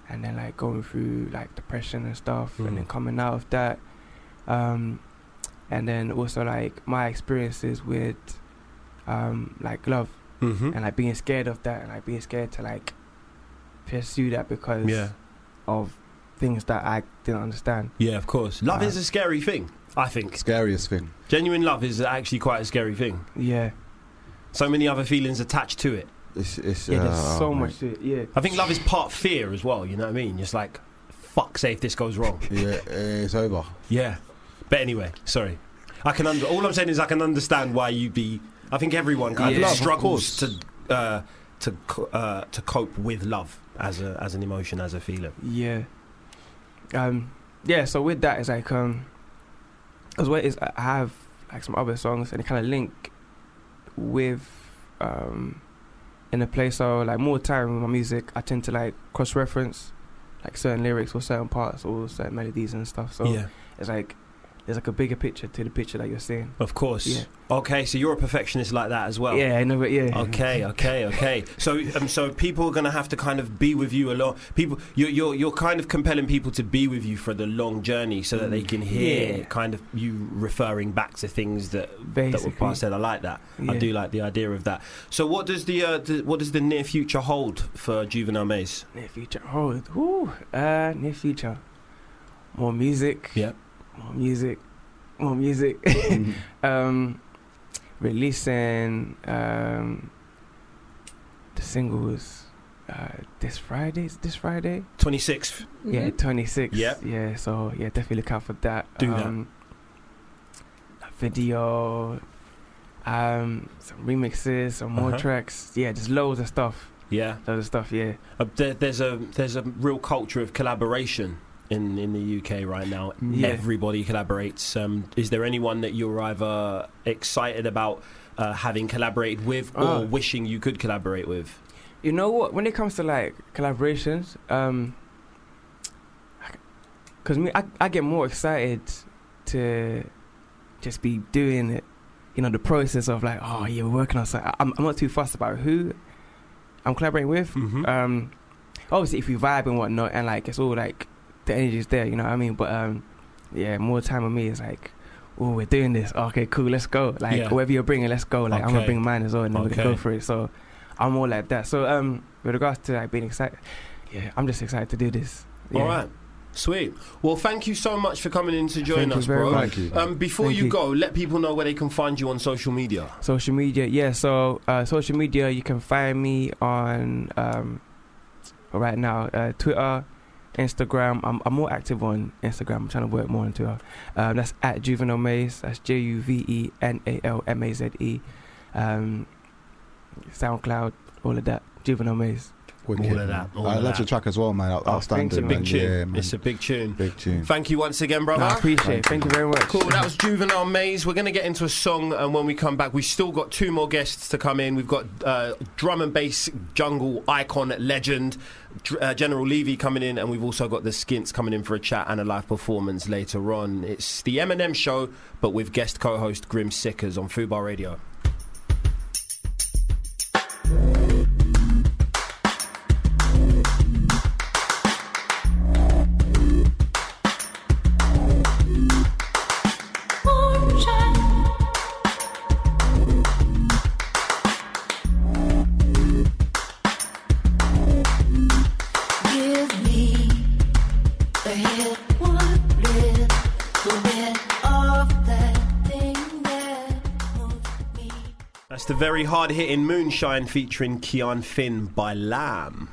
and then like going through like depression and stuff, and then coming out of that, um, and then also like my experiences with um, like love Mhm. and like being scared of that, and like being scared to like pursue that because Yeah. of things that I didn't understand. Yeah, of course. Love Uh, is a scary thing. I think scariest thing. Genuine love is actually quite a scary thing. Yeah. So many other feelings attached to it. It's, it's, oh, Yeah, there's uh, oh so much to it, yeah. I think love is part fear as well. You know what I mean? Just like, fuck, say if this goes wrong. yeah, it's over. Yeah. But anyway, sorry. I can under- all I'm saying is I can understand why you'd be. I think everyone kind Yeah. of Love, of struggles to uh, to co- uh, to cope with love as a as an emotion as a feeling. Yeah. Um. Yeah. So with that, it's like um, as well as I have like some other songs and they kind of link with um, in a place. So like more time with my music, I tend to like cross reference like certain lyrics or certain parts or certain melodies and stuff. So Yeah. it's like there's like a bigger picture to the picture that you're seeing. Of course. Yeah. Okay, so you're a perfectionist like that as well. Yeah, I know, but yeah. Okay, okay, okay. So, um, so people are going to have to kind of be with you a lot. People, you're, you're you're kind of compelling people to be with you for the long journey, so that they can hear Mm. Yeah. kind of you referring back to things that that were <laughs> Basically. past. Said I like that. I Yeah. do like the idea of that. So, what does the, uh, the what does the near future hold for Juvenile Maze? Near future. Oh, whoo. Uh, near future. More music. Yep. More music. More music. <laughs> Mm-hmm. um, releasing um, the singles uh, this Friday. Is it this Friday? Mm-hmm. 26th. Yeah, Mhm. 26. Yep. Yeah, so yeah, definitely look out for that. Um, Do that. that. Video. Um, some remixes, some more Uh-huh. tracks. Yeah, just loads of stuff. Yeah, loads of stuff. Yeah, Uh, there, there's a there's a real culture of collaboration in in the UK right now. Yeah. Everybody collaborates. Um, is there anyone that you're either excited about uh, having collaborated with or Oh. wishing you could collaborate with? You know what? When it comes to like collaborations, um, because me, I, I get more excited to just be doing it. You know, the process of like, oh, you're working on something. I- I'm, I'm not too fussed about who I'm collaborating with. Mm-hmm. Um, obviously, if we vibe and whatnot, and like it's all like the energy's there. You know what I mean? But um, yeah, more time with me is like. Oh, we're doing this. Okay, cool. Let's go. Like Yeah. whatever you're bringing, let's go. Like I'm gonna Okay. bring mine as well, and then we're Okay. gonna go for it. So I'm all like that. So um, with regards to like being excited, yeah, I'm just excited to do this. All Yeah. right. Sweet. Well, thank you so much for coming in to join Thank you us, very bro. much. Thank you. Um, before Thank you, you. go, let people know where they can find you on social media. Social media, yeah. So uh, social media, you can find me on um, right now uh, Twitter, Instagram. I'm, I'm more active on Instagram. I'm trying to work more on Twitter. Um, that's at Juvenile Maze. That's J U V E N A L M A Z E. Um, SoundCloud, all of that. Juvenile Maze. Wicked, man. I love your track as well, man. Out- Oh, thank Outstanding. It's a you, big man. tune. Yeah, man. It's a big tune. Big tune. Thank you once again, brother. No, I appreciate it. Thank you very much. Cool. That was Juvenile Maze. We're going to get into a song, and when we come back, we've still got two more guests to come in. We've got uh, drum and bass jungle icon legend Dr- uh, General Levy coming in, and we've also got the Skints coming in for a chat and a live performance later on. It's the Eminem Show, but with guest co-host Grim Sickers on Fubar Radio. That's the very hard hitting Moonshine featuring Kian Finn by Lamb.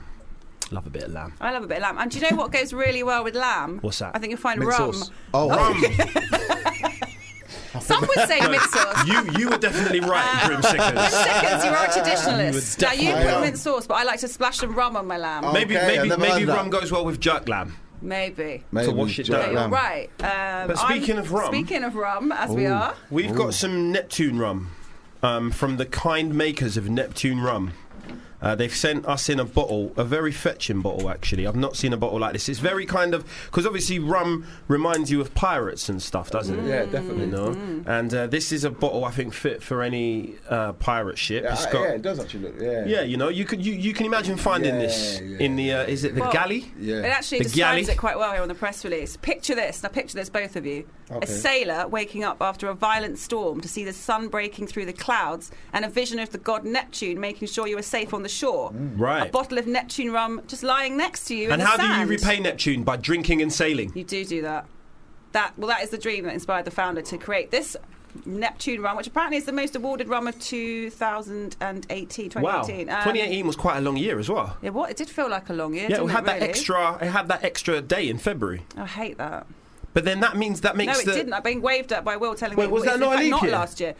Love a bit of Lamb. I love a bit of lamb. And do you know what goes really well with lamb? What's that? I think you'll find Mint rum. sauce. Oh, rum. <laughs> Some would say mint <laughs> sauce. You, you were definitely right, Grim Sickers. <laughs> Mint Sickers, you are a traditionalist. You were now definitely you Oh. put right. mint sauce, but I like to splash some rum on my lamb. Maybe, maybe, maybe rum goes well with jerk lamb. Maybe. to wash it No, down. you're right. Um, But speaking of rum- Speaking of rum, as we are. We've got some Neptune rum um, from the kind makers of Neptune rum. Uh, they've sent us in a bottle, a very fetching bottle, actually. I've not seen a bottle like this. It's very kind of because obviously rum reminds you of pirates and stuff, doesn't it? Yeah, definitely. You know? Mm. And uh, this is a bottle I think fit for any uh, pirate ship. Yeah, It's I- got- yeah, it does actually look. Yeah. yeah, you know, you could you, you can imagine finding this in the uh, is it the Well, galley? It actually the describes it quite well here on the press release. Picture this. Now, picture this, both of you. Okay. A sailor waking up after a violent storm to see the sun breaking through the clouds and a vision of the god Neptune making sure you are safe on the shore. Right. A bottle of Neptune rum just lying next to you. And in how the do you sand. repay Neptune by drinking and sailing? You do do that. That well, that is the dream that inspired the founder to create this Neptune rum, which apparently is the most awarded rum of 2018, 2018. Wow, Um, 2018 was quite a long year as well. Yeah, what it did feel like a long year. Yeah, didn't we it, had that really? extra. It had that extra day in February. I hate that. But then that means that makes no, it the didn't. I've been waved at by Will telling Wait, me was well, that it's not a in fact leap year? last year.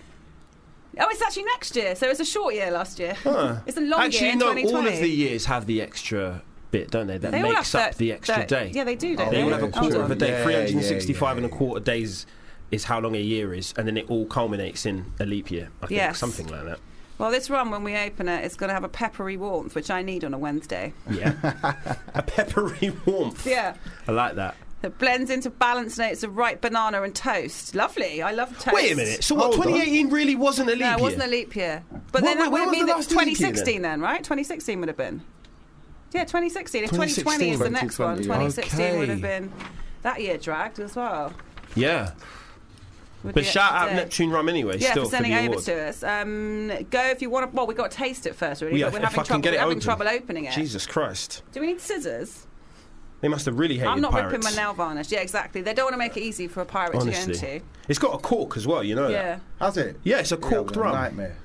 Oh, it's actually next year, so it's a short year last year. Huh. <laughs> it's a long Actually, year. in no. 2020. All of the years have the extra bit, don't they? That They all makes have up that- the extra that- day. yeah, they do, don't they they? all have a Yeah, quarter sure. of a day. Yeah, 365 and a quarter days is how long a year is, and then it all culminates in a leap year. I think Yes. something like that. Well, this rum, when we open it, it's going to have a peppery warmth, which I need on <laughs> a Wednesday. <laughs> Yeah, a peppery warmth. Yeah. I like that. It blends into balanced notes of ripe banana and toast. Lovely. I love toast. Wait a minute. So what? 2018 really wasn't a leap No, it year. wasn't a leap year. But Wha- then wha- that when would was mean the that last leap year then? 2016 then, right? 2016 would have been. Yeah, 2016. If 2020 is the next one, 2020. 2016 would have Okay. been. That year dragged as well. Yeah. But Would be shout extra out day. Neptune Rum anyway. yeah, still for sending the over award. to us. Um, go if you want to. Well, we've got to taste it first, really. Yeah, but we're if having, I can trouble, get it we're having open. trouble opening it. Jesus Christ. Do we need scissors? They must have really hated I'm not pirates. ripping my nail varnish. Yeah, exactly. They don't want to make it easy for a pirate to go Honestly. into. It's got a cork as well, you know Yeah. that. Has it? Yeah, it's a corked rum. Nightmare.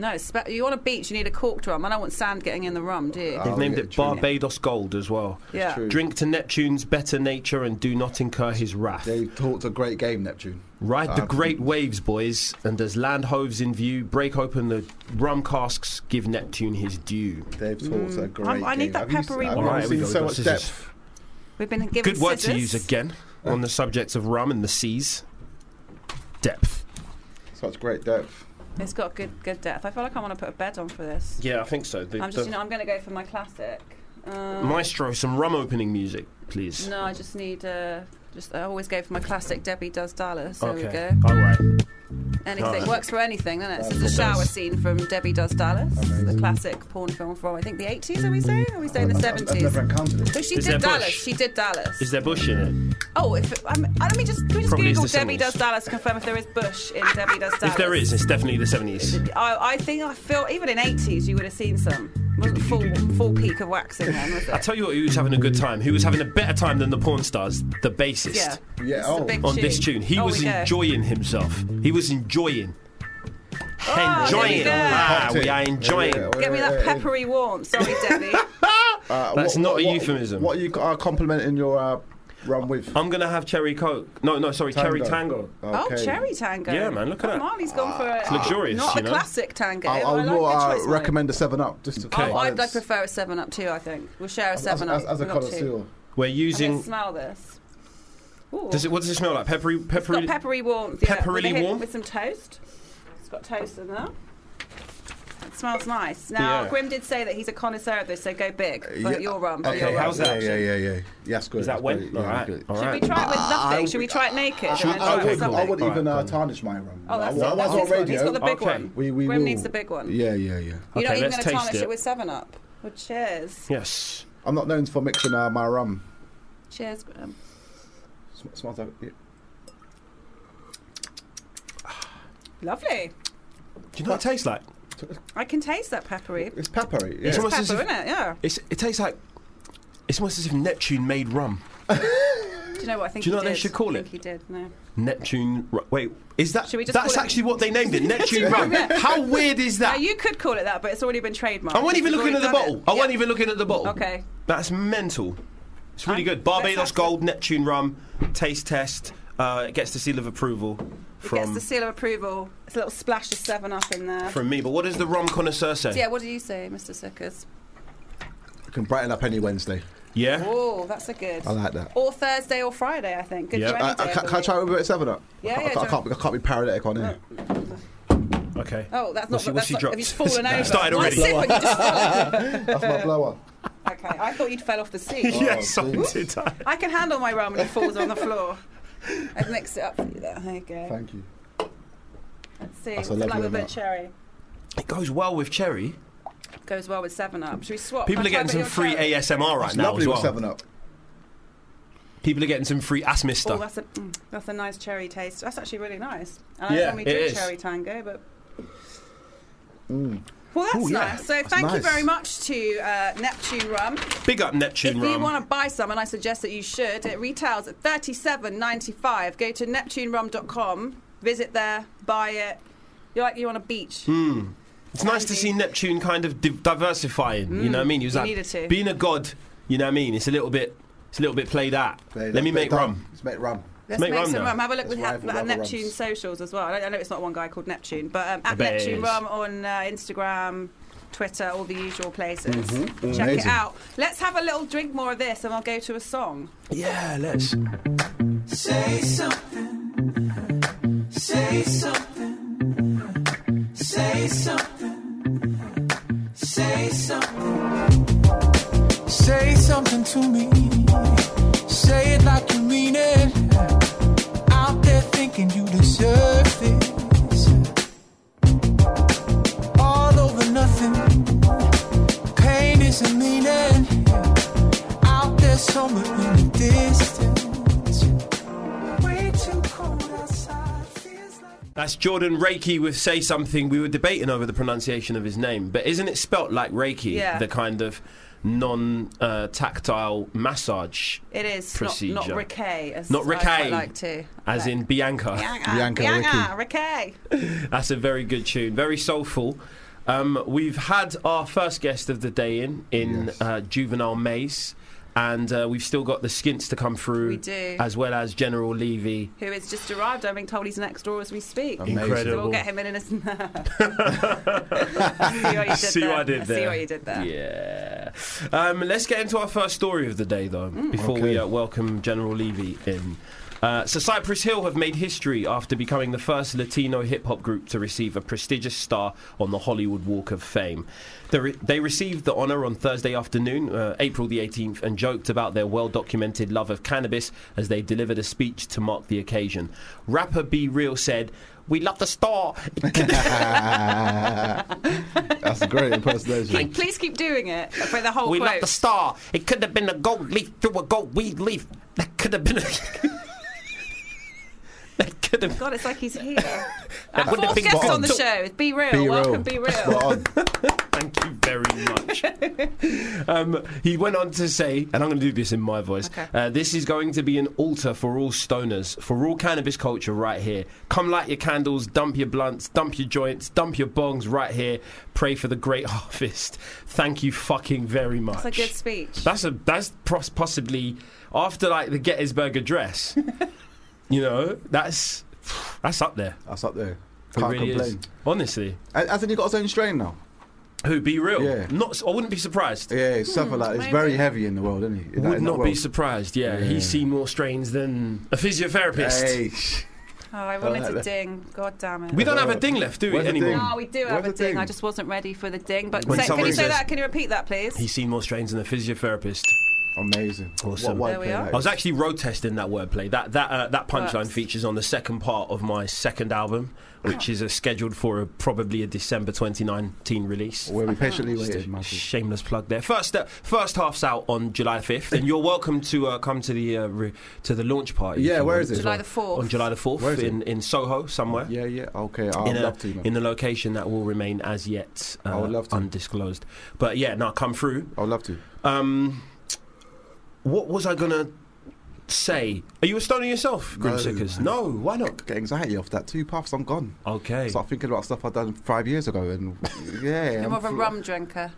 No, it's spe- you want a beach, you need a corked rum. I don't want sand getting in the rum, do you? They've named it Barbados Gold as well. oh, It's Yeah. true. Drink to Neptune's better nature and do not incur his wrath. They talked a great game, Neptune. Ride the Um, great waves, boys, and as land hoves in view, break open the rum casks, give Neptune his due. They've taught Mm. a great I'm- I need game. that Have you s- peppery I've warmth. never seen so much depth. We've been given Good word scissors. to use again on the subject of rum and the seas. Depth. Such great depth. It's got good good depth. I feel like I want to put a bed on for this. Yeah, I think so. The- I'm just, the- you know, I'm going to go for my classic. Um, Maestro, some rum opening music, please. No, I just need. Uh, just I always go for my classic. Debbie does Dallas. There we okay. go. All right. Anything Alright. works for anything, doesn't it? This is It a shower does. scene from Debbie Does Dallas, the classic porn film from I think the 80s. Are we saying? Are we saying the 70s? But she Is there did Dallas. bush? She did Dallas. Is there bush in it? Oh, if um, uh, let me just can we just Probably is Google the Debbie 70s. Does Dallas to confirm if there is bush in Debbie Does Dallas. If there is, it's definitely the 70s. I, I think I feel even in 80s you would have seen some. Wasn't full full peak of waxing then, was it? I tell you what, who was having a good time? Who was having a better time than the porn stars? The bassist. Yeah. Yeah, This is a oh. big on this tune. tune, he Oh, was we go. enjoying himself. He was enjoying. we enjoying. Oh, go. Ah, we are enjoying. Give me that peppery warmth. <laughs> Sorry, Debbie. Uh, That's what- not a what- euphemism. What are you uh, complimenting your uh, rum with? I'm gonna have cherry coke. No, no, sorry, cherry tango. Oh, cherry tango. Yeah, man, look at Come that. on, he's gone for a, It's luxurious, not you a know? classic tango. I, I I would like more your uh, choice, mate. recommend a Seven Up just to Oh, I'd like prefer a Seven Up too. I think we'll share a As- Seven as- Up. as a We've got colour two. seal. We're I'm gonna using. smell this. Ooh. Does it? What does it smell like? Peppery, It's got peppery. peppery warmth. Yeah. pepperily We're gonna hit warm? with some toast. It's got toast in there. It smells nice. Now, Yeah. Grim did say that he's a connoisseur of this, so go big for Yeah, your rum. for Okay, your rum. how's that? Yeah, yeah, yeah, yeah. Yes, good. Is that when? All right, all Should we right. try it with Ah, nothing? I- Should we try it naked? I, and then try it would, with I something? would even uh, tarnish my rum. Oh, that's I, it, want- I that's want his one. He's radio. got the big Okay. one. We, we Grim will. needs the big one. Yeah, yeah, yeah. You're not even going to tarnish it. with Seven Up. Well, cheers. Yes. I'm not known for mixing uh, my rum. Cheers. Grim. Sm- smells like. Yeah. Lovely. Do you know what it tastes like? I can taste that peppery. It's peppery. It's pepper, isn't it? Yeah. It's, it tastes like. It's almost as if Neptune made rum. Do you know what I think? Do you know what he they did? should call I think it? He did. No. Neptune. Ro- Wait, is that? Should we just that's call it- actually what they named it. Neptune Neptune Rum. Rum, <laughs> yeah. How weird is No, that? you could call it that, but it's already been trademarked. I wasn't even You've looking at already the bottle. done it. I wasn't even looking at the bottle. Okay. That's mental. It's really good. Barbados Gold Neptune Rum taste test. Uh, it gets the seal of approval it gets from the seal of approval. It's a little splash of Seven Up in there. from me. But what does the rum connoisseur So, say? yeah, what do you say, Mr. Suckers? can brighten up any Wednesday. Yeah. Oh, that's a good. I like that. Or Thursday or Friday, I think. Good for any I, I, day can, of can I the try it with a bit of seven up? Yeah, I, can't- yeah, I, can't- I try can't, be- I can't be paralytic on here. Okay. Oh, that's not. What's he- what's that's he not- dropped? Have <laughs> you fallen Nah. over? Started One already. sip and you just fell That's my blower. over. okay, I thought you'd fell off the <laughs> seat. yes, I did. <laughs> I can handle my rum when it falls on the floor. I've mixed it up for you there. There you go. Thank you. Let's see. That's It's a like lovely with a amount. bit of cherry. It goes well with cherry. Goes well with Seven Up. Should we swap? People are Can I getting try a some bit free of your cherry? ASMR right It's now lovely as with well. 7 Up. People are getting some free asthma Oh, stuff. that's a mm, that's a nice cherry taste. That's actually really nice. And I Yeah, don't normally it do is. cherry tango, but Mm. well, that's Ooh, yeah. nice. So That's thank you nice. very much to uh, Neptune Rum. Big up Neptune if Rum. you want to buy some, and I suggest that you should, it retails at thirty-seven ninety-five. Go to neptunerum.com, visit there, buy it. You're like you're on a beach. Hmm. It's nice to see Neptune kind of div- diversifying. you Mm, know what I mean? He was he like needed to. being a god. You know what I mean? It's a little bit. It's a little bit played at. Play Let that me bit make down. rum. Let's make rum. Let's Make make rum some now. rum. Have a look Let's with ha- rival at rival Neptune rums. socials as well. I, I know it's not one guy called Neptune, but um, I at bet it Neptune is. Rum on uh, Instagram, Twitter, all the usual places. Mhm. Check it Amazing. out. Let's have a little drink more of this, and I'll go to a song. Yeah, let's. Say something. Say something. Say something. Say something. Say something to me. Say it like you mean it. Out there thinking you deserve this. All over nothing. Pain isn't meaning. Out there somewhere in the distance. Way too cold outside. That's Jordan Reiki with Say Something. We were debating over the pronunciation of his name, but isn't it spelt like Reiki? Yeah. The kind of non uh, tactile massage. It is not, procedure. not Riquet. As Not I quite Riquet. like to. As in Bianca. Bianca, Bianca Riquet. That's a very good tune, very soulful. Um, we've had our first guest of the day in in uh, Juvenile Mace, and uh, we've still got the Skints to come through. We do. as well as General Levy. Who has just arrived? I'm being told he's next door as we speak. Amazing. So we'll Incredible. get him in <laughs> in a snap. <laughs> see what you did See there. what <laughs> I did there. See what you did there. Mm. Yeah. Um, let's get into our first story of the day, though, before we uh, welcome General Levy in. Uh, so Cypress Hill have made history after becoming the first Latino hip hop group to receive a prestigious star on the Hollywood Walk of Fame. They, re- they received the honor on Thursday afternoon, uh, April the 18th, and joked about their well-documented love of cannabis as they delivered a speech to mark the occasion. Rapper B Real said, "We love the star." <laughs> That's a great impersonation. Keep- please keep doing it for the whole we quote. love the star. It could have been a gold leaf through a gold weed leaf. That could have been a. <laughs> that could have. God, it's like he's <laughs> here. Our That would have fourth been guest spot on on. the show is Be Real. Be Welcome, Real. Be Real. Spot on. Thank you very much. <laughs> um, he went on to say, and I'm going to do this in my voice Okay. uh, this is going to be an altar for all stoners, for all cannabis culture right here. Come light your candles, dump your blunts, dump your joints, dump your bongs right here. Pray for the great <laughs> harvest. Thank you fucking very much. That's a good speech. That's a that's pros- possibly after like the Gettysburg <laughs> Address. you know, that's that's up there. That's up It there. Can't really is. complain. Honestly, I, I think he got his own strain now. Who? Be real. Yeah. Not. s- I wouldn't be Hmm, surprised. Yeah, it's something like it's very heavy in the world, isn't he? In that- Would in that not be world. surprised. Yeah, Yeah. he's seen more strains than a physiotherapist. Hey. Oh, I wanted to ding. God damn it. We don't have a ding left, do we? Where's the Anymore. ding? No, we do have a ding. I just wasn't ready for the ding. But When say, can someone you say says- that? Can you repeat that, please? He's seen more strains than a physiotherapist. Amazing. Awesome. What There we wordplay are. that I was actually road testing that wordplay. That that uh, that punchline Works. features on the second part of my second album, which is uh, scheduled for a, probably a December 2019 release. <laughs> We'll be patiently Just a waiting, Shameless plug there. First uh, first half's out on July 5th, and you're welcome to uh, come to the uh, re- to the launch party. Yeah, if you where want is it? as July well. the 4th. On July the 4th Where is it? in, in Soho somewhere. Yeah, yeah. Okay, I in would a, love to, man. in a location that will remain as yet uh, I would love to. undisclosed. But yeah, now come through. I would love to. Um, what was I gonna? say, are you a stoner yourself, Grimsickers? No. why not? Get anxiety off that. Two puffs, I'm gone. Okay. Start thinking about stuff I done five years ago, and <laughs> yeah, You're I'm more of a full- rum drinker.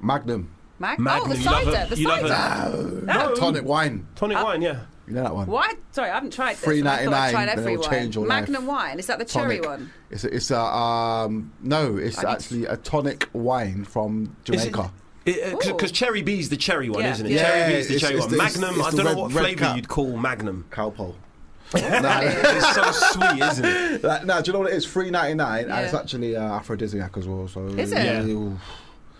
Magnum. Mag- oh, the cider. the cider. No, tonic wine. Tonic wine, yeah. You know that one. Why? Sorry, I haven't tried this. Three I ninety thought I'd nine. tried They every will wine. change your life. Magnum wine. Is that the cherry Tonic. one? It's a, it's a um no, it's actually a tonic wine from Jamaica. Because uh, cherry bee's the cherry one, Yeah. isn't it? Yeah, cherry bee's the it's- cherry it's one. the- it's- Magnum, it's I the don't red- know what red flavour cap. you'd call Magnum. <laughs> Cowpole. Nah, it's so sweet, isn't it? <laughs> Like, nah, do you know what it is? Three ninety nine, and it's Yeah. actually uh, aphrodisiac as well. So Is it? Yeah. oof.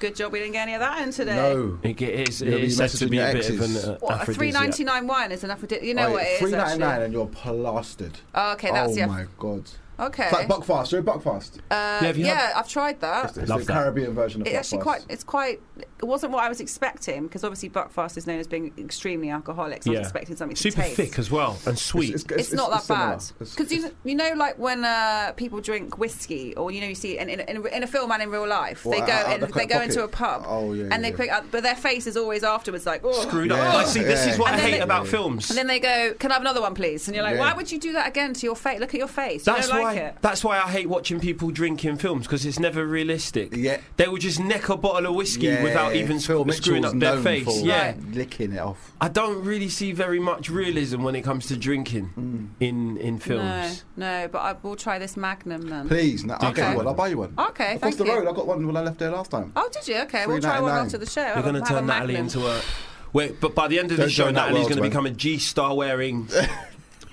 Good job we didn't get any of that in today. No, <laughs> it is. You'll it is said be to messaging be a your bit of exes. an, uh, What, a three ninety nine wine is enough. You Oh, know what it is. Oh, Three ninety actually. nine, and you're plastered. Oh, okay, that's oh yeah. my god. Okay. It's like Buckfast. You're Buckfast. Uh, Yeah, have you yeah, had- I've tried that. It's, it's the Caribbean version of It Buckfast. actually quite. It's quite. It wasn't what I was expecting because obviously Buckfast is known as being extremely alcoholic. So I was expecting something to super taste. thick as well and sweet. It's, not that bad because you, you know like when uh, people drink whiskey or you know you see in, in, in, in a film and in real life Well, they go out- out in, the they coat go into pocket. a pub Oh, yeah, and they yeah. quick up, but their face is always afterwards like oh. Screwed up. I see. This is what I And then hate they- about films. And then they go, "Can I have another one, please?" And you're like, Yeah. "Why would you do that again to your face? Look at your face. You That's don't why. like it." That's why I hate watching people drink in films because it's never realistic. Yeah, they will just neck a bottle of whiskey Yeah, without even Phil sc- screwing Mitchell's up their known face. for yeah, licking it off. I don't really see very much realism when it comes to drinking Mm. in in films. No, no, but I will try this Magnum then. Please, no, I'll Okay. get you one. I'll buy you one. Okay, Across thank the you. road, I got one when I left there last <laughs> time. Oh, did you? Okay, we'll try one $3.99. after the show. You're going to turn Natalie into a. Wait, but by the end of the Don't show, join that Natalie's world, going to man. become a G-star <laughs> wearing,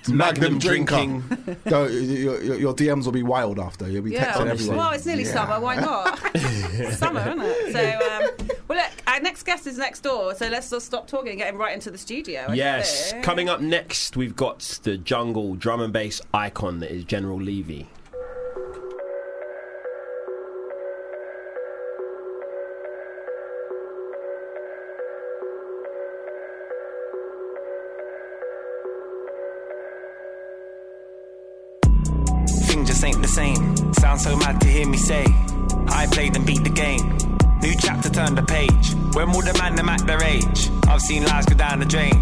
Magnum drinking. No, your, your, your DMs will be wild after. You'll be Yeah, texting honestly. everyone. well, it's nearly Yeah. summer. Why not? It's summer, isn't it? So, um, well, look, our next guest is next door. So let's just stop talking and get him right into the studio. I Yes, think. coming up next, we've got the jungle drum and bass icon that is General Levy. Thing just ain't the same. Sounds so mad to hear me say. I played and beat the game. New chapter turned the page. When will the man them at their age? I've seen lives go down the drain.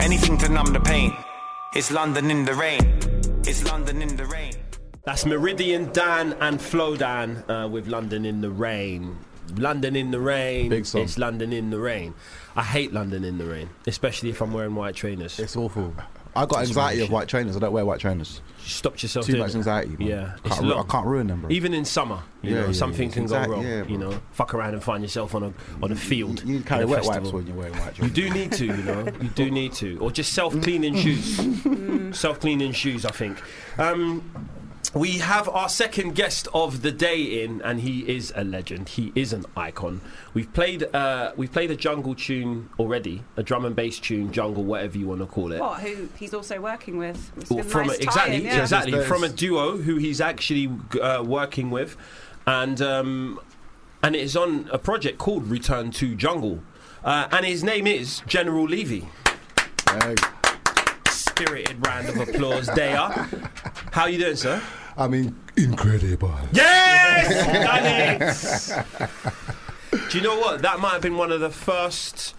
Anything to numb the pain. It's London in the rain. It's London in the rain. That's Meridian Dan and Flo Dan uh, with London in the Rain. London in the Rain. Big song. It's London in the Rain. I hate London in the Rain, especially if I'm wearing white trainers. It's awful. I got anxiety of white trainers. I don't wear white trainers. Stopped yourself Too doing much that. anxiety. man. Yeah, can't it's ru- I long. can't ruin them, bro. Even in summer, you Yeah, know, yeah, something yeah. can Exact- go wrong. yeah, you know, fuck around and find yourself on a on a field. You, carry wet wipes when you're wearing white. You do need to, you know, you <laughs> do need to, or just self cleaning shoes. self cleaning shoes, I think. Um, we have our second guest of the day in, and he is a legend. He is an icon. We've played, uh, we've played a jungle tune already, a drum and bass tune, jungle, whatever you want to call it. What? Who he's also working with? It's Well, been from nice a, exactly, tying, yeah. exactly from a duo who he's actually uh, working with, and um, and it is on a project called Return to Jungle, uh, and his name is General Levy. Spirited round of applause, Daya. How you doing, sir? I mean, incredible. <laughs> Yes, done it. Do you know what? That might have been one of the first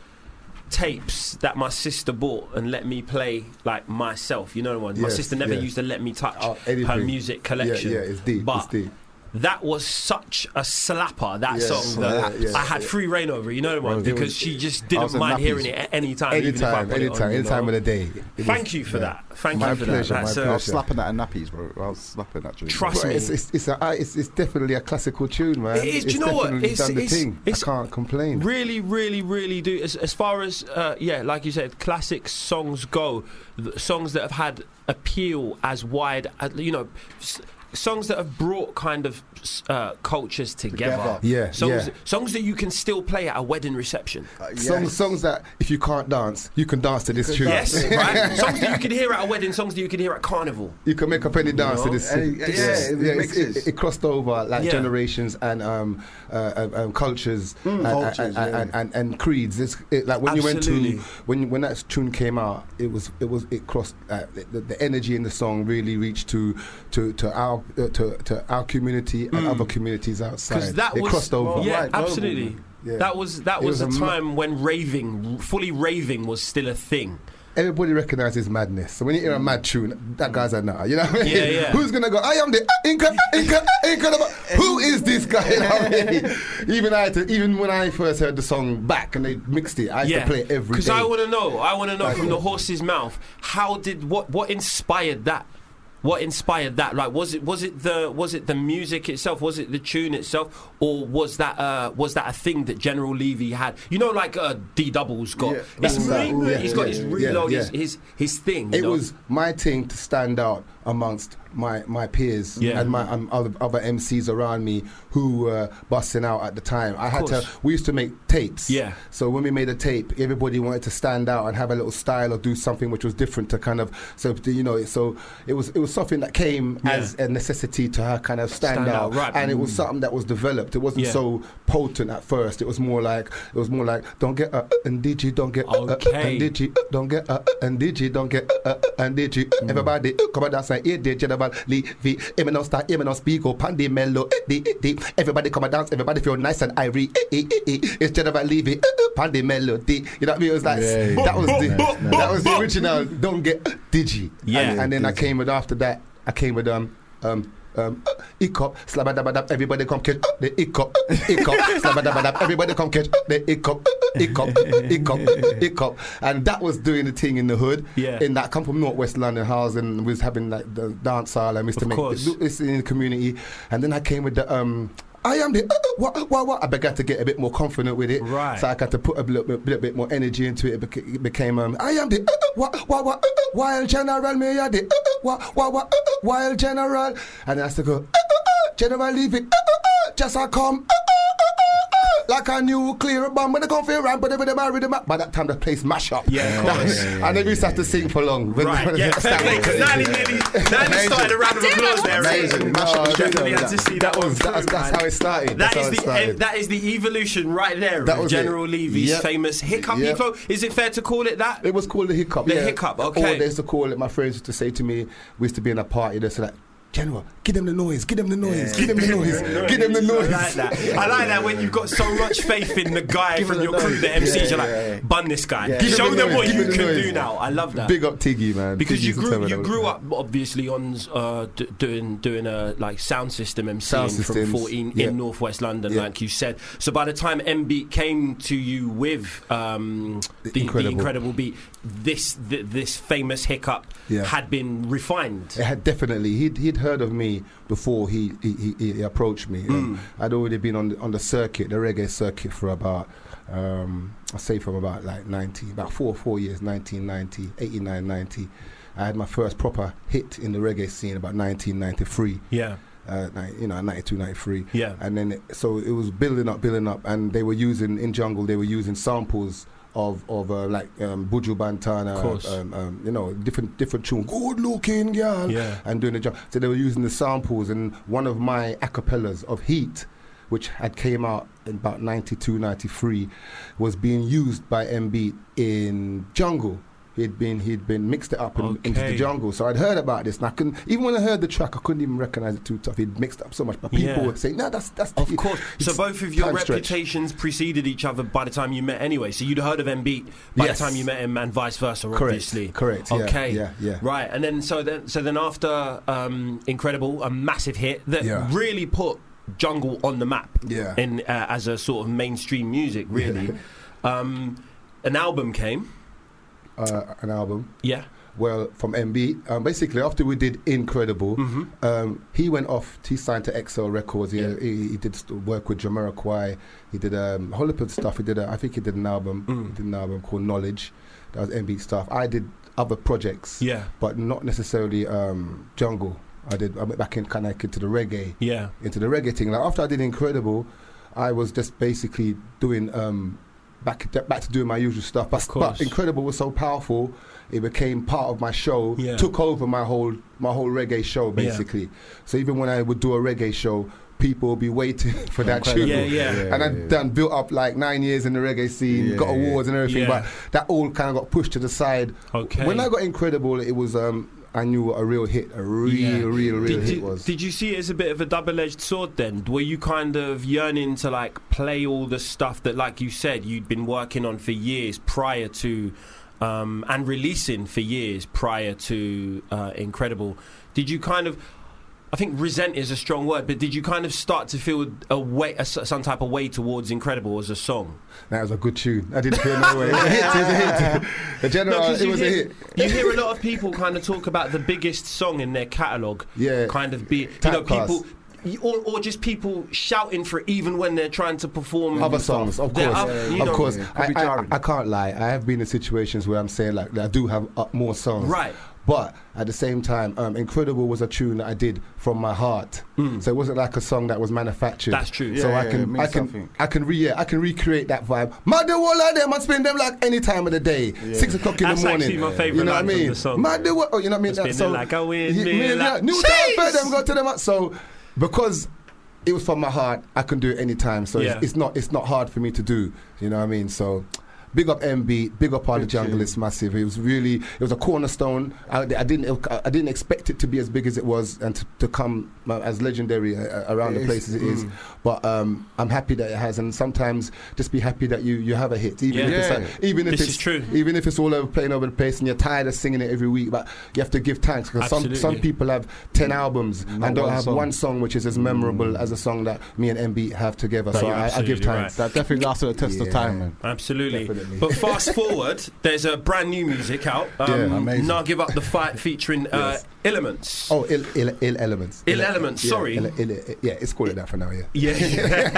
tapes that my sister bought and let me play like myself. You know the one. my Yes, sister never yeah. used to let me touch her anything. music collection. Yeah, yeah, it's deep, But it's deep. That was such a slapper. That Yes, song that yeah, yeah. I had free reign over. You know the Well, one it because was- she just I didn't was in mind nappies. hearing it at any time. even if I Anytime, put it anytime, on, you any time know. of the day. It Thank was- you for yeah. that. Thank My you for pleasure, that. That's, my uh, I was slapping that in nappies, bro. I was slapping that. During Trust Bro, me. It's, it's, it's, a, it's, it's definitely a classical tune, man. It is. Do It's you know what? definitely It's- done the it's- thing. I can't complain. Really, really, really do. As, as far as uh, yeah, like you said, classic songs go, th- songs that have had appeal as wide, as, you know. S- Songs that have brought kind of s- uh, cultures together. Together. Yeah, songs, yeah. songs that you can still play at a wedding reception. Songs, songs that if you can't dance, you can dance to this tune. yes, right. <laughs> songs that you can hear at a wedding. Songs that you can hear at carnival. You can make up any dance You know? to this. Any- tune. yeah, It's- it it's- mixes. it, it crossed over like Yeah. generations and um, uh, um, um, cultures, and, Hmm. Cultures, and, yeah. and, and, and creeds. It's, it, like when you Absolutely. went to when when that tune came out, it was it was it crossed uh, the, the energy in the song really reached to to to our uh, to, to our community and other communities outside. because Hmm. that it was crossed over. Yeah, absolutely. That was that It was, was a a ma- time when raving, fully raving, was still a thing. everybody recognizes madness. So when you hear a mad tune, that guy's a nah. You know what I mean? <laughs> Yeah, yeah. Who's gonna go? I am the ah, inca, ah, inca, ah, incredible. Who is this guy? <laughs> You know what I mean? Even I, had to- even when I first heard the song back and they mixed it, I used to play it every Because day. I want to know, I want to know Like- from the horse's mouth, how did what what inspired that? What inspired that? Like, was it was it the was it the music itself? Was it the tune itself, or was that uh, was that a thing that General Levy had? You know, like uh, D Double's got Yeah, it's that's that. re- Yeah, he's got yeah, his yeah, reload, yeah. His, his his thing. you It know? was my thing to stand out amongst my, my peers Yeah. and my um, other, other MCs around me who were busting out at the time. I Of had to. course. We used to make tapes. Yeah. So when we made a tape, everybody wanted to stand out and have a little style or do something which was different to kind of so you know. So it was it was something that came Yeah. as a necessity to her kind of stand, Stand out, right. and it was Mm. something that was developed. It wasn't Yeah. so potent at first. It was more like it was more like don't get uh, uh, and did you don't get uh, uh, uh, Okay. and did you uh, don't get uh, uh, and did you don't get uh, uh, uh, and did you Mm. uh, everybody uh, come on down say did you never leave the imminent star imminent speak or pandy mellow eh, di, eh, di. everybody come on down everybody feel nice and irie eh, eh, eh, eh. it's general leaving pandy melody you know what I mean it was like Yeah, yeah, that was yeah. the Nice, nice. that was the original don't get uh, digi Yeah. and, and then I came with after that I came with um um um, uh, hiccup, slabadabadab, everybody come catch uh, the hiccup, uh, <laughs> hiccup, slabadabadab, everybody come catch uh, the hiccup, uh, hiccup, uh, hiccup, uh, hiccup. And that was doing the thing in the hood. Yeah. In that, I come from Northwest London house and we was having like the dance hall and we used to Of make course. it's in the community. And then I came with the, um, I am the, uh, uh, what, what, what. I began to get a bit more confident with it. Right. So I got to put a little bit, little bit more energy into it. It beca- it became, um, I am the, uh, uh, what, what, what, uh, uh, wild general, me are the, uh, uh, what, what, what, uh, uh, wild general. And I used to go, uh, uh, uh, general, leave it, uh, uh, uh, just I come, uh, like a nuclear bomb when I come for ramp, but every bar rhythm. By that time, the place mash up. Yeah, <laughs> of That course. was- I never used to have to sing for long. When- <laughs> Right, yeah, fair play, <laughs> 'cause Nally nearly- Nally started a round of applause there. Amazing. Mash <laughs> up No, the that- definitely had to see that, one Oh, was- that's- through, that's man. how it started. That That's is how it the started. that is the evolution right there. That of was General it. Levy's Yep. famous hiccup. Yep. Info. Is it fair to call it that? It was called the hiccup. The yeah. hiccup, Or okay. they used to call it. My friends used to say to me, we used to be in a party. They said, like, General, give them the noise, give them the noise, give them the <laughs> noise, give them the noise. I <laughs> like that. I like that when you've got so much faith in the guy Give from him your the crew, noise. the MCs. Yeah, you're like, yeah, yeah. bun this guy. Yeah. Give him Show the them noise, what give you him the can noise. do now. I love that. Big up Tiggy, man. because Tiggy you used to tell grew me that you all the grew time. up obviously on uh, d- doing doing a like sound system MC Sound from systems, 14 yeah. in Northwest London, Yeah. like you said. So by the time MB came to you with um, the, the incredible. Incredible. beat, this th- this famous hiccup Yeah. had been refined. It had definitely. He'd, he'd heard of me before he he, he, he approached me. Um, I'd already been on the, on the circuit, the reggae circuit, for about um, I say from about like ninety, about four or four years, 1990, 89, 90. I had my first proper hit in the reggae scene about 1993 Yeah, uh, ni- you know, 92, 93. Yeah. And then, it, so it was building up, building up, and they were using, in Jungle, they were using samples of, of uh, like um, Buju Bantana, course. um, um, you know, different different tune, good looking girl, Yeah. and doing the job. So they were using the samples, and one of my acapellas of Heat, which had came out in about 92, 93, was being used by MB in Jungle. He'd been he'd been mixed it up in, into the Okay. jungle, so I'd heard about this, and I couldn't even when I heard the track, I couldn't even recognize it too tough. He'd mixed up so much, but people Yeah. were saying, "No, that's that's of course. So it's both of your time stretch." reputations preceded each other by the time you met, anyway. So you'd heard of MB by Yes. the time you met him, and vice versa, Correct, obviously. correct, yeah, Okay. yeah, yeah. Right, and then so then so then after um, Incredible, a massive hit that Yeah. really put jungle on the map. Yeah. In uh, as a sort of mainstream music, really. um, an album came. Uh, an album, Yeah. well, from MB. Um, basically, after we did Incredible, Mhm. um, he went off. He signed to XL Records. He, he, he did st- work with Jamiroquai. He did um, Hollywood stuff. He did. A, I think he did an album. Mm. He did an album called Knowledge. That was MB stuff. I did other projects, Yeah. but not necessarily um, jungle. I did. I went back in kind of into the reggae. Yeah. into the reggae thing. Like after I did Incredible, I was just basically doing um, back back to doing my usual stuff. But, course. but Incredible was so powerful, it became part of my show. Yeah. Took over my whole my whole reggae show basically. So even when I would do a reggae show. People would be waiting <laughs> for that tune, Incredible. Yeah, yeah. and I done built up like nine years in the reggae scene, Yeah, got yeah. awards and everything, Yeah. but that all kind of got pushed to the side. Okay. When I got Incredible, it was um, I knew what a real hit, a real, Yeah. real, real did, hit you, was. did you see it as a bit of a double-edged sword then? Were you kind of yearning to like play all the stuff that, like you said, you'd been working on for years prior to um, and releasing for years prior to uh, Incredible, did you kind of? I think resent is a strong word, but did you kind of start to feel a way, a s some type of way towards Incredible as a song? That was a good tune. I didn't feel no way. <laughs> It was a hit. It was a hit. The general, 'cause it you was a hear, hit. You hear a lot of people kind of talk about the biggest song in their catalog. Yeah, kind of be you know Typecast. people. Or, or just people shouting for it even when they're trying to perform Other songs, of their course, other- you of know. course. I, I, I can't lie. I have been in situations where I'm saying like I do have uh, more songs, Right. But at the same time, um, "Incredible" was a tune that I did from my heart, so it wasn't like a song that was manufactured. Hmm. That's true. So Yeah, I yeah, it can, means I can, something. I can, re- yeah, I can recreate that vibe. Mad the wall of them and spin them like any time of the day, six o'clock in That's the morning. actually my favourite you know line what I from mean? the song. Mad the wall, oh, you know what I mean? Spin That- it like a yeah, windmill, yeah, like- New Town Jeez! Fed them, go to them. out. So because it was from my heart, I can do it anytime. So Yeah. it's, it's not it's not hard for me to do. You know what I mean? So big up MB, big up all the junglists, massive. It was really it was a cornerstone. I, I didn't I didn't expect it to be as big as it was and to, to come uh, as legendary uh, uh, around It the is, place as it is. mm. But um, I'm happy that it has, and sometimes just be happy that you you have a hit, even Yeah. if Yeah. it's like, even if This it's is true. even if it's all over playing over the place and you're tired of singing it every week. But you have to give thanks because some some Absolutely. people have ten albums and don't one have song. one song which is as Mm. memorable as a song that me and MB have together. No, so you're I, I give absolutely right. thanks. That definitely lasted the test of time, man. Absolutely. But fast forward, there's a brand new music out. Um, Yeah, amazing. Now Give Up the Fight featuring uh, Elements. Oh, ill, ill, ill elements. Ill Elements, yeah, sorry. Ill, Ill- Ill- yeah, it's called it that for now. Yeah. <laughs> Yeah.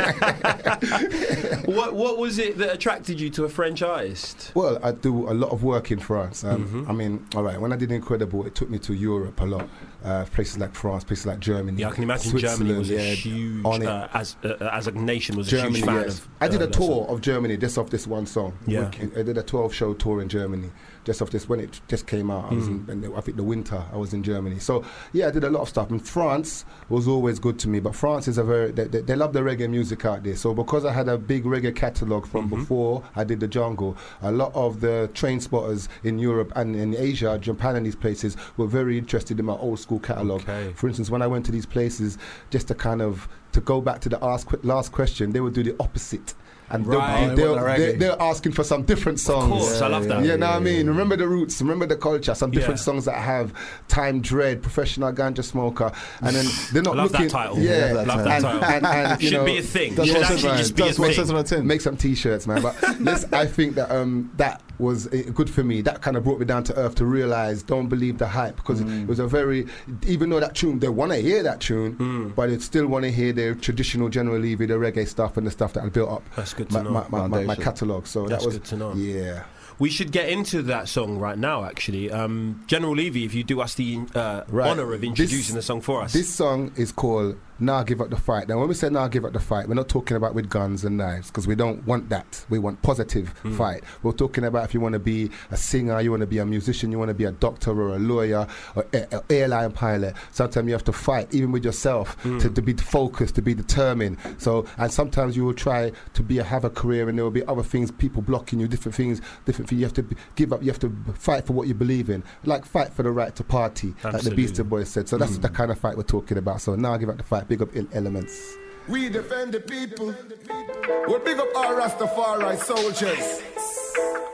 <laughs> what What was it that attracted you to a French artist? Well, I do a lot of work in France. Um, Mhm. I mean, all right, when I did Incredible, it took me to Europe a lot. Uh, places like France, places like Germany. Yeah, I can imagine Switzerland, Germany was a yeah, huge on it. uh, as uh, as a nation was a huge fan yes. of. I did uh, a that tour song. of Germany just off this one song. Yeah. I did a 12 show tour in Germany just off this when it just came out. I was Mm. in, in- I think the winter I was in Germany. So yeah, I did a lot of stuff. And France was always good to me, but France is a very they, they, they love the reggae music out there. So because I had a big reggae catalog from Mm-hmm. before I did the jungle, a lot of the train spotters in Europe and in Asia, Japan and these places were very interested in my old school catalog. For instance, when I went to these places, just to kind of to go back to the ask, last question, they would do the opposite. And they'll- Right. they'll, Oh, they they'll, want the they reggae. they're asking for some different songs. course, I love that. You know what I mean? Remember the roots, remember the culture, some different Yeah. songs that have Time Dread, Professional Ganja Smoker, and then they're not I love that looking. title. Yeah, Love that and, title. And, <laughs> and, you Should know, be a thing. that's Should what it actually says, just be a that's what it thing. says on the tin. Make some t-shirts, man. <laughs> But let's, I think that um, that was uh, good for me. That kind of brought me down to earth to realize don't believe the hype because Mm. it was a very even though that tune they want to hear that tune, Mm. but they still want to hear their traditional General Levy, the reggae stuff, and the stuff that I built up. That's good to my, know. My, my, my, my Foundation. catalog. So That's that was good to know. Yeah. We should get into that song right now. Actually, um, General Levy, if you do us the uh, Right. honor of introducing the song for us, This song is called Nah Give Up the Fight. Now, when we say Nah Give Up the Fight, we're not talking about with guns and knives because we don't want that. We want positive Mm. fight. We're talking about if you want to be a singer, you want to be a musician, you want to be a doctor or a lawyer or an airline pilot. Sometimes you have to fight, even with yourself, Mm. to, to be focused, to be determined. So, and sometimes you will try to be a, have a career and there will be other things, people blocking you, different things, different things. You have to b- give up, you have to b- fight for what you believe in. Like fight for the right to party, like the Absolutely. Mm. Beastie Boys said. So that's the kind of fight we're talking about. So now I give up the fight. Big up ill elements. We defend the people. We big up our Rastafari soldiers.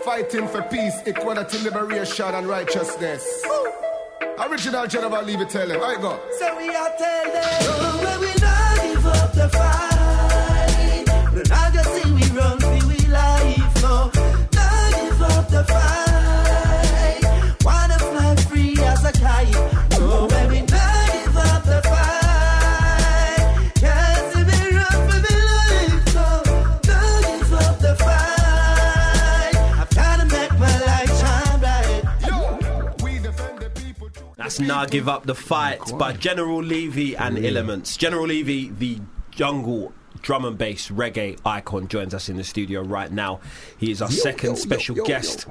Fighting for peace, equality, liberation, and righteousness. Original General Levy tell him. I go. So we are telling them when we not give up the fight. We're not just see we run for we life. No, not give up the fight. Wanna fly free as a kite. Oh, No, when we not give up the fight. Can't see me run for me life. No, not give up the fight. I've gotta make my light shine bright. that's Nah Give Up the Fight by General Levy and Elements. General Levy, the jungle drum and bass reggae icon, joins us in the studio right now. He is our Yo, second yo, yo, special yo, yo. guest.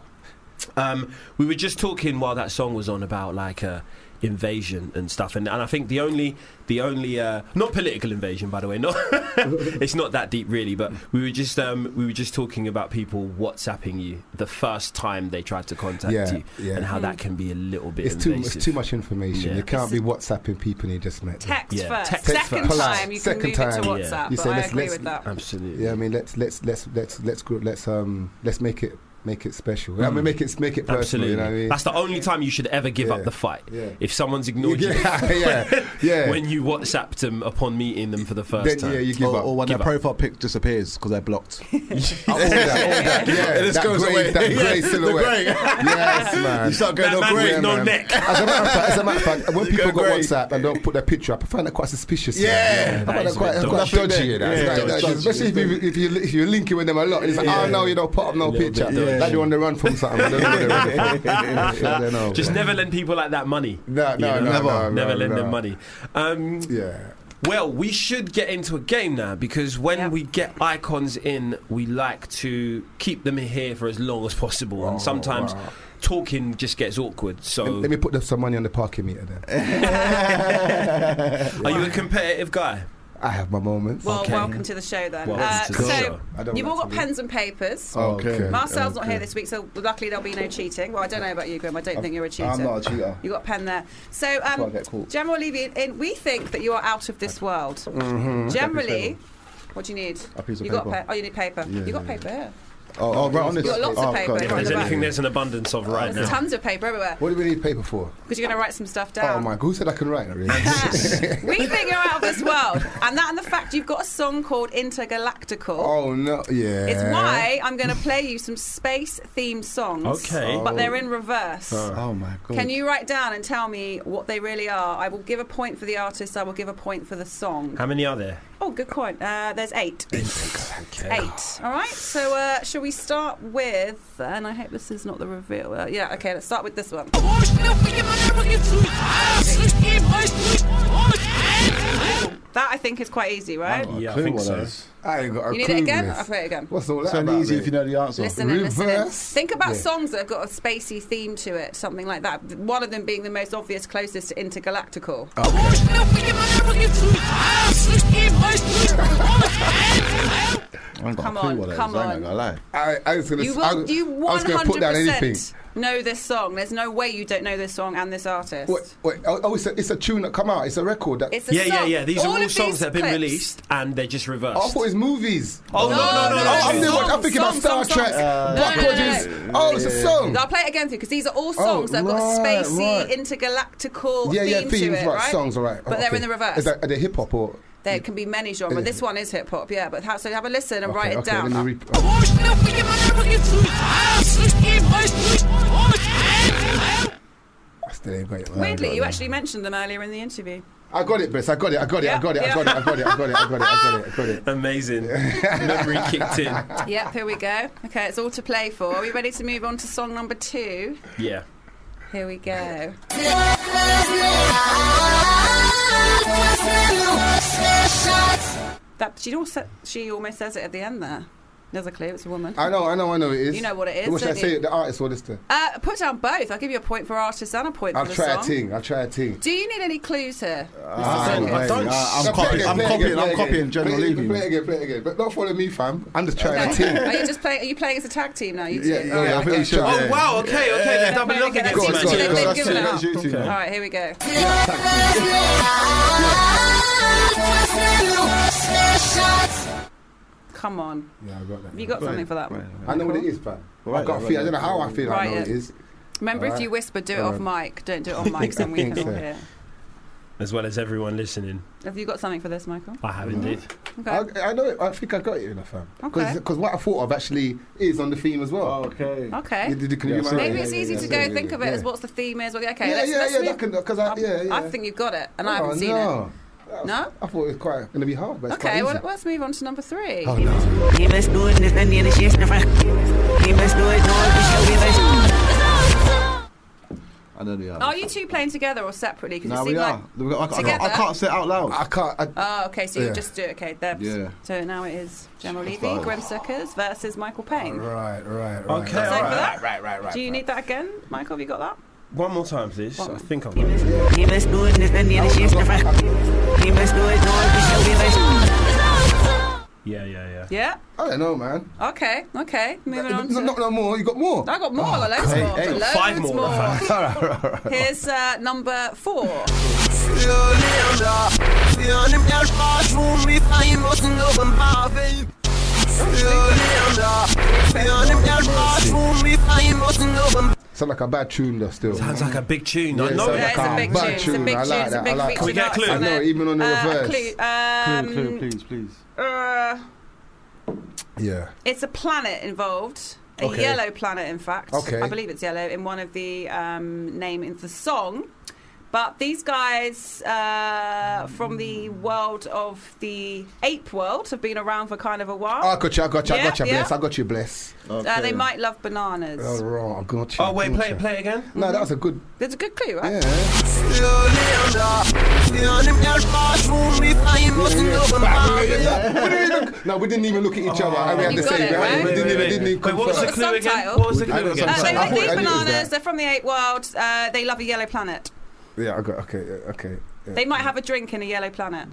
Um, we were just talking while that song was on about like uh, invasion and stuff, and, and I think the only the only uh, not political invasion, by the way, not <laughs> it's not that deep really, but we were just um, we were just talking about people WhatsApping you the first time they tried to contact Yeah, you, yeah. and how Mm. that can be a little bit. It's too, it's invasive. too much information. Yeah. You can't be WhatsApping people you just met. Text Yeah, first. text Second first. time you can move it to WhatsApp, but I agree with that. Absolutely. Yeah, I mean let's let's let's let's let's gr- let's um let's make it make it special. I Mm. mean, make it make it personal. Absolutely. You know what I mean? That's the only time you should ever give up the fight. yeah. If someone's ignored Yeah, <laughs> <laughs> you. yeah, yeah. <laughs> When you WhatsApp them upon meeting them for the first time. or, Or when Give their up. profile pic disappears because they're <laughs> blocked. Oh, that, <laughs> yeah, It just that goes grey- away. that Yeah, <laughs> grey the silhouette. grey. <laughs> Yes, man. <laughs> You start going, That "Oh, man grey." with Yeah, no <laughs> man. neck. As a matter of fact, as a matter of fact, when people go grey. WhatsApp and don't put their picture up, I find that quite suspicious. Yeah. Yeah, I that find is that quite, a bit that's quite dodgy. dodgy. you know. Yeah, It's like- it's like- dodgy, Especially if, you, if, you, if you're linking with them a lot, and it's like, Yeah. oh no, you don't put up no Little bit picture. dodgy. Like you're on the run from something. I don't know what they're running <laughs> from. Yeah, I don't know. Just never lend people like that money. No, no, You no, never, no, no, never lend no. them money. Um, yeah. Well, we should get into a game now because when we get icons in, we like to keep them here for as long as possible, and sometimes Oh, wow. talking just gets awkward. So, Let me put some money on the parking meter then. are you a competitive guy? I have my moments. Well, welcome to the show then. Welcome Uh, to the so show. I don't you've all want got to be- pens and papers. Okay, Marcel's Oh, not okay. here this week, so luckily there'll be no cheating. Well, I don't know about you, Graham. I don't I'm- think you're a cheater. I'm not a cheater. You got a pen there. So, why I um, get caught. General Levy, in, in, we think that you are out of this world. Mhm. Generally, what do you need? A piece of you Got paper. pe- oh, you need paper. Yeah, you got yeah, paper here. Oh, oh, right on this. You've got lots of Oh, paper God, in If the there's back. Oh, anything there's an abundance of right There's now. tons of paper everywhere What do we need paper for? because you're going to write some stuff down. <laughs> Oh my god, who said I can write? <laughs> We think you're out of this world, and that and the fact you've got a song called Intergalactical. Oh no, yeah. It's why I'm going to play you some space themed songs. Okay. But they're in reverse. Oh my god. Can you write down and tell me what they really are? I will give a point for the artist, I will give a point for the song. How many are there? Oh, good point. Uh, there's eight. Eight. All right. So, uh, shall we start with. And I hope this is not the reveal. Uh, yeah, okay, let's start with this one. That I think is quite easy, right? Yeah, I think so. I ain't got a You need clue it again? miss. I'll play it again. What's all that It's only about, easy mate? if you know the answer. Listen in, listen in. Reverse? Think about Yeah. songs that have got a spacey theme to it, something like that. One of them being the most obvious, closest to intergalactical. <laughs> Come on, come on. I, I was gonna, You s- I will, was- you I was gonna put down anything. 100% know this song. There's no way you don't know this song and this artist. Wait, wait, oh, oh, it's a, it's a tune that come out. It's a record. That, It's a Yeah, yeah, yeah. These All are all of songs these that have been clips. released and they're just reversed. Oh, I thought it's movies. Oh, no, no, no, no, no. Oh, I'm, Songs, thinking- I'm thinking songs, about Star songs, Trek, songs. No, Buck no, no, no. Rogers. Oh, it's a song. I'll play it again for you because these are all songs that have got a Oh, right, spacey, right. intergalactical yeah, yeah, theme themes, to it, right, Songs, all right. Oh, But they're okay. in the reverse. Is that, are they hip hop or? There can be many genres. This one is hip hop, yeah. But how, so have a listen and Okay, write it okay, down. let me re- oh, I still ain't got it. Weirdly, you actually mentioned them earlier in the interview. I got it, Briss. I got it. I got it. I got it. I Yeah, got it. I got it. I got it. I got it. I <laughs> got it. I got it. Amazing. Memory kicked in. yep, here we go. Okay, it's all to play for. Are we ready to move on to song number two? Yeah. Here we go. That do you know what se- she almost says it at the end there? There's a clue. It's a woman. I know. I know. I know it is. You know what it is, What should I don't you? say? The artist or this thing? Uh, put down both. I'll give you a point for artist and a point I'll for the try a song. thing. I'll try a thing. Do you need any clues here? Ah, Listen, right. I don't- Ah, I'm play copying- again, I'm play again, copying- I'm play again. copying General Play Levy. again, Play again, play again. But don't follow me, fam. I'm just trying a Okay. team. Are you just playing? Are you playing as a tag team now? You two. Yeah, yeah, All right, I okay. think you should. Oh, wow. Okay, okay. They're Yeah, doubling up okay, against that's each it. other. They've- they've That's given two, it that's up. you two. All right, here we go. Come on. Yeah, I got that. Have you got something for that one? I know what it is, fam. Right, I got a right, feel. I don't know right. how I feel. I know Right, what it yeah. is. Remember, if Alright. you whisper, do it off Alright. mic. Don't do it on mic, then we can all Okay. hear. As well as everyone listening. Have you got something for this, Michael? I have indeed. Okay. I, I know. It. I think I got it enough, fam. Because Okay. what I thought of actually is on the theme as well. okay. Okay. You- you can- you might- Maybe yeah, it's yeah, easy yeah, to yeah, go yeah, think of it yeah. as what's the theme is. Okay, yeah, let's, yeah, let's yeah. move. that can- 'cause I, yeah, yeah. I think you've got it, and I haven't oh, seen it. no. No? I thought it was quite going to be hard, but it's Okay, quite well, easy. let's move on to number three. Oh, no. I know the Are you two playing together or separately? Because No, you we seem are. We got- I like can't- I can't- I can't say it out loud. I can't. Oh, okay. So Yeah. you just do it. Okay, there. Yeah. So now it is General Levy, fine. Grim Suckers versus Michael Payne. Right, right, right. Okay, all right, that? right, right, right, Do you right. need that again, Michael? Have you got that? One more time, please. I think I'm Yeah, yeah, yeah. Yeah. I don't know, man. Okay. Okay. Moving on. No, to- not no more. You got more. I got more. I got loads great. more. Hey, loads five more, in fact. <laughs> All right, all right, all right. Here's uh, number four. Sound like a bad tune though. Still Sounds like a big tune. Yeah, I it know sounds that. like a bad tune. I like that. I like Can we get a clue? I know, even on the reverse. Uh, clue, um, please, please. uh, Yeah. It's a planet involved. A Okay. yellow planet, in fact. Okay. I believe it's yellow in one of the um, name in the song. But these guys uh, from the world of the ape world have been around for kind of a while. Oh, I got you. I got you. I got you. Yeah, Bless. yeah. I got you. Bless. Uh, they might love bananas. Oh, right, I got you. Oh, wait, play it- play it again. No, that was a good. That's a good clue, right? No, we didn't even look at each other. and we had You the got same. it, right? right? We didn't even. Didn't even Wait, what was the confirm. clue again? Subtitle. What was the clue Subtitle. again? Uh, Uh, they Sorry. I like thought these I knew bananas. that. They're from the ape world. Uh, they love a yellow planet. Yeah, I got. Okay, yeah, okay. yeah. They might have a drink in a yellow planet.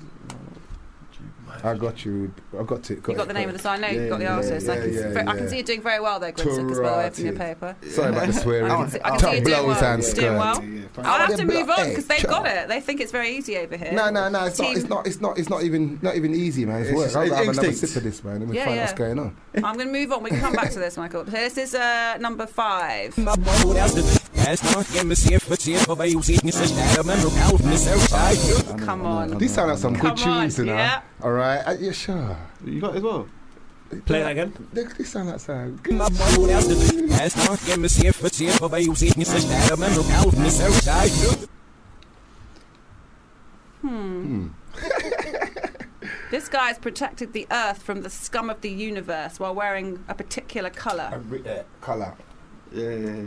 I got you. I got it. Got You got it, the name it. of the song. I know Yeah, you've got the yeah, artist. I yeah, can, yeah, ver- I yeah. can see you doing very well there, Grimsick, as well, from your Torati. paper. Sorry about the swearing. I can see, I can see you doing Tableaus well. and doing well. skirt. I'll have Yeah, to but- move on hey, because they've child. got it. They think it's very easy over here. No, no, no. It's not. It's Team- not. It's not. It's not even. Not even easy, man. It's, It's work. just- I'd it's rather have another instinct. sip of this, man, and we Yeah, find out yeah. what's going on. I'm going to move on. We can come back to this, Michael. So this is uh, <laughs> number five. Come on. These sound like some Come good tunes, on, you know. yeah. All right. Uh, yeah, sure. You got it as well. Play that again. They, they sound like some good. Hmm. This guy's protected the Earth from the scum of the universe while wearing a particular colour. Uh, Color. Yeah, yeah, yeah.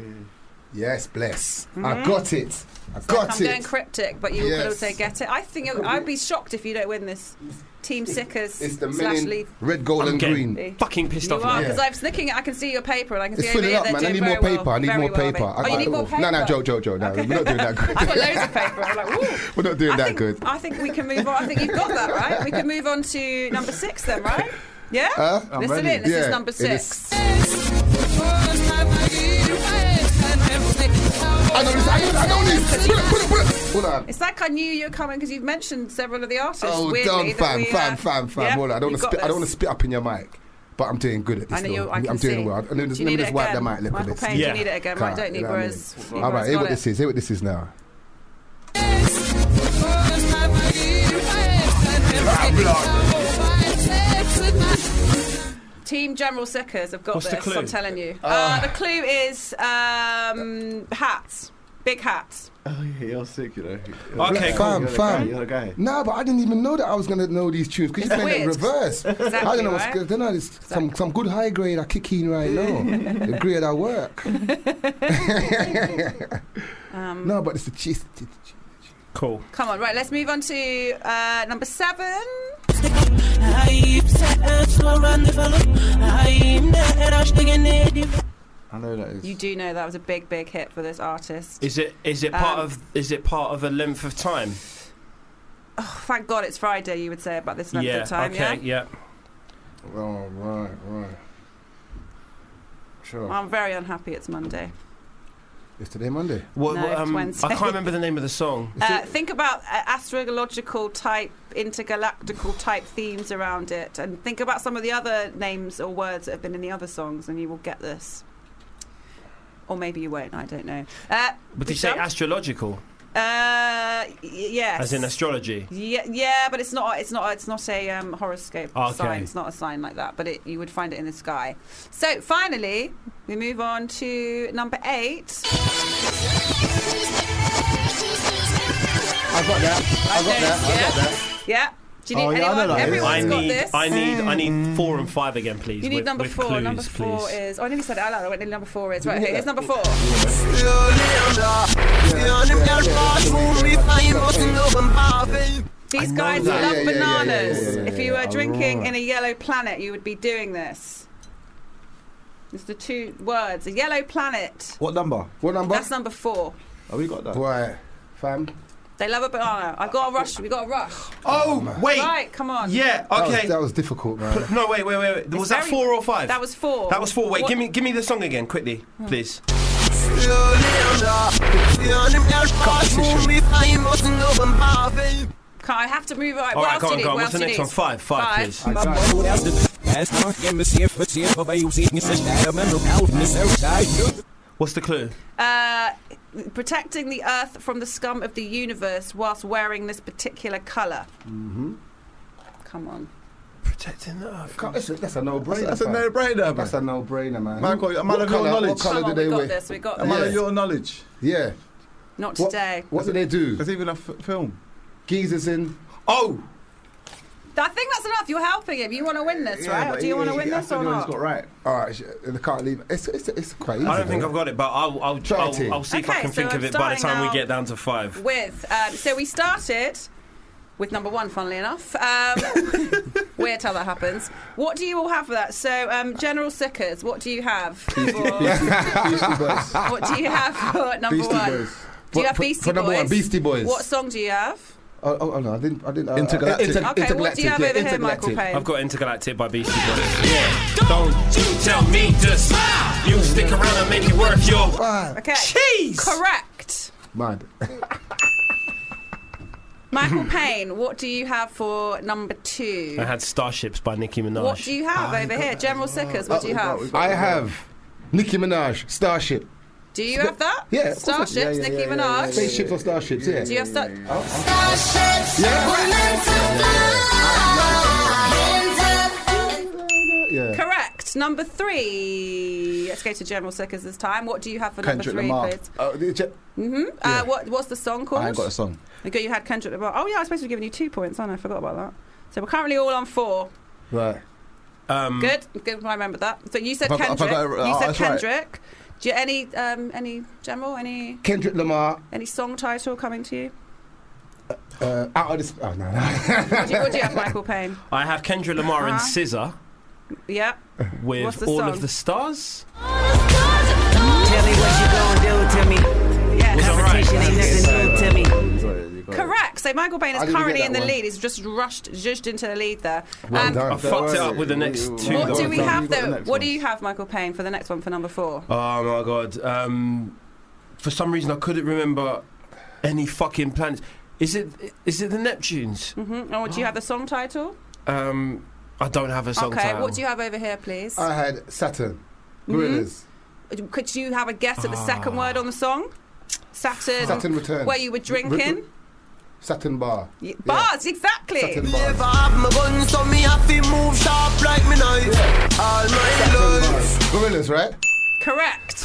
Yes, bless. I got it. I Look, got Mm-hmm. I'm going it. cryptic, but you Yes. will also get it. I think it- I'd be shocked if you don't win this. Team Sickers It's the men slash in Leaf. red, gold, I'm and getting green. fucking pissed You off now. are because I'm looking. at- I can see your paper and I can It's see over filling here up, they're man. I doing need more very well, paper. I need very more well, paper. mate. I oh, you got- need more paper. No, no, Joe, Joe, Joe. No, we're not doing that good. I've got loads of paper. I'm like, ooh. We're not <laughs> doing I that think, good. I think we can move on. I think you've got that right. We can move on to number six then, right? Yeah. Huh? I'm Listen ready. in. This Yeah, is number it is. six. I know this. I know, I know this. Put it, put it, put it. Hold on. It's like I knew you were coming because you've mentioned several of the artists. Oh, weirdly, damn, that fam, we, fam, uh, fam, fam. yeah, Hold on. I don't you want to got spit. I this. don't want to spit up in your mic, but I'm doing good at this. I know though. you're- I I'm can doing see. well. Let me just, Do let me you need it just wipe the again? mic a little Michael bit. Payne, do you Yeah. need it again? Right, Can't, don't need you know what I mean? Boris. Boris All right, hear got what it. this is. Hear what this is now. Team General Sickers have got What's the this. clue? I'm telling you. Uh, Ah. the clue is um, hats, big hats. Oh, yeah, you're sick, you know. Okay, Fam, cool. fam. You're You're a guy. No, but I didn't even know that I was gonna know these tunes because It's you're playing it in weird. reverse. Exactly, I don't know. What's right? good. Don't know. It's some some good high grade I kick in right now. <laughs> the grade I work. <laughs> Um, No, but it's the cheese. Cool. Come on, right, let's move on to uh, number seven. I know that is. You do know that was a big, big hit for this artist. Is it is it part Um, of is it part of a length of time? Oh, thank God it's Friday, you would say, about this length yeah. of time, okay. yeah? Yeah. Oh right, right. Sure. I'm very unhappy it's Monday. It's today Monday. What, No, what, it's um, Wednesday. I can't remember the name of the song. Uh, think about uh, astrological type, intergalactical type themes around it, and think about some of the other names or words that have been in the other songs, and you will get this. Or maybe you won't. I don't know. Uh, But did you say Michelle? astrological, Uh, y- yes. as in astrology? Yeah, yeah, but it's not. It's not. It's not a um, horoscope Okay. sign. It's not a sign like that. But it, you would find it in the sky. So finally, we move on to number eight. I got that. I got that. I got that. Yeah. Do you need Oh, yeah, I know anyone? that. Everyone's I got need, this. Um, I need, I need four and five again, please. You need with, number with four. Clues, number four please. is. Oh, I nearly said it out loud. I went number four is. Did you <laughs> Right, hear here, that? here's number four. These guys that. Yeah, yeah, yeah, love yeah, bananas. yeah, yeah, If you were yeah. drinking Alright. in a yellow planet, you would be doing this. It's the two words. A yellow planet. What number? What number? That's number four. Oh, we got that. Why, fam? They love a banana. I've got a rush. We got a rush. Oh, wait. Right, come on. Yeah, That was- okay. That was difficult, man. <laughs> No, wait, wait, wait. wait. It's Was that very- four or five? That was four. That was four. Wait, What- Hmm. give me, give me the song again, quickly, please. Can't- I have to move on. All what right, else go do on, you go need? on. What What's the else do you next one? need? Five, five, please. Five. As not in the same for same for by using such that a member out in the south side. What's the clue? Uh, protecting the Earth from the scum of the universe whilst wearing this particular colour. Mm-hmm. Come on. Protecting the earth. That's a, that's a no-brainer. That's a fam. no-brainer, That's a no-brainer, man. Man, got- a man What of your colour- knowledge. What colour Come do on, they we got wear? this, we got A man this. of your knowledge. Yeah. Not What- today. What do they do? There's even a f- film. Geezers in. Oh. I think that's enough. You're helping him. You want to win this, right? Or do you want to win this or not? right. All right, sh- they can't leave. It's it's it's quite easy. I don't think though. I've got it, but I'll, I'll, Try it, T. I'll, I'll see if I Okay, can so think I'm of it by the starting time now. we get down to five. With um, so we started with number one. Funnily enough, <laughs> um, weird how that happens. What do you all have for that? So um, General Sickers, what do you have? For, what do you <laughs> have for number Beastie one? Boys. Do you For- have for- Beastie for Boys? number one, Beastie Boys. What song do you have? Oh, oh, oh, no, I didn't. I didn't. Uh, Intergalactic. Inter- Okay, intergalactic. what do you have yeah, over here, Michael intergalactic. Payne? I've got Intergalactic by Beastie Boys. Don't you tell me to smile. You stick around and make it worth your while. Okay. Correct. Mad. <laughs> Michael Payne, what do you have for number two? I had Starships by Nicki Minaj. What do you have over here? General Sickers, Oh, what do you have? I have Nicki Minaj, Starship. Do you have that? Yeah, of course I do. Starships, Nicki Minaj. Spaceships or starships, yeah. Do you have star? Yeah. Yeah. Correct. Number three. Let's go to General Sickers this time. What do you have for Kendrick number three, Lamar. please? Oh, the Je- hmm Uh, what, what's the song called? I ain't got a song. Okay, you had Kendrick Lamar. Oh, yeah, I was supposed to be giving you two points, aren't I? I forgot about that. So we're currently all on four. Right. Um, Good. Good. I remembered that. So you said Have Mm. I got- have I Kendrick. got it- you oh, said that's right. Kendrick. Do you, any um, any general any Kendrick Lamar, any song title coming to you? uh, out of this. Oh no, no. <laughs> What do you, what do you have, Michael Payne? I have Kendra Lamar and Uh-huh. Scissor <laughs> Yeah. What's with the All song? of the Stars. Tell me what you gonna do to me. Yes. Competition ain't nothing new to me. Correct. So Michael Bain I is didn't currently get in that the one. lead. He's just rushed, zhuzhed into the lead there. Well Um, done. I fucked it up with the next two. what do we though. have though? What do you have, Michael Payne, for the next one for number four? Oh my god. Um, for some reason, I couldn't remember any fucking planets. Is it? Is it the Neptunes? Mm-hmm. Oh, do you have the song title? Um, I don't have a Ah. song okay. title. Uh, What do you have over here, please? I had Saturn. Mhm. Gorillas. Could you have a guess at the Ah. second word on the song? Saturn. Saturn returns. Um, Where you were drinking. Saturn bar. Y- Bars, exactly. Saturn Yeah. bar. Never have my gun, so me have to move sharp like me knife. All my life. Gorillas, right? Correct.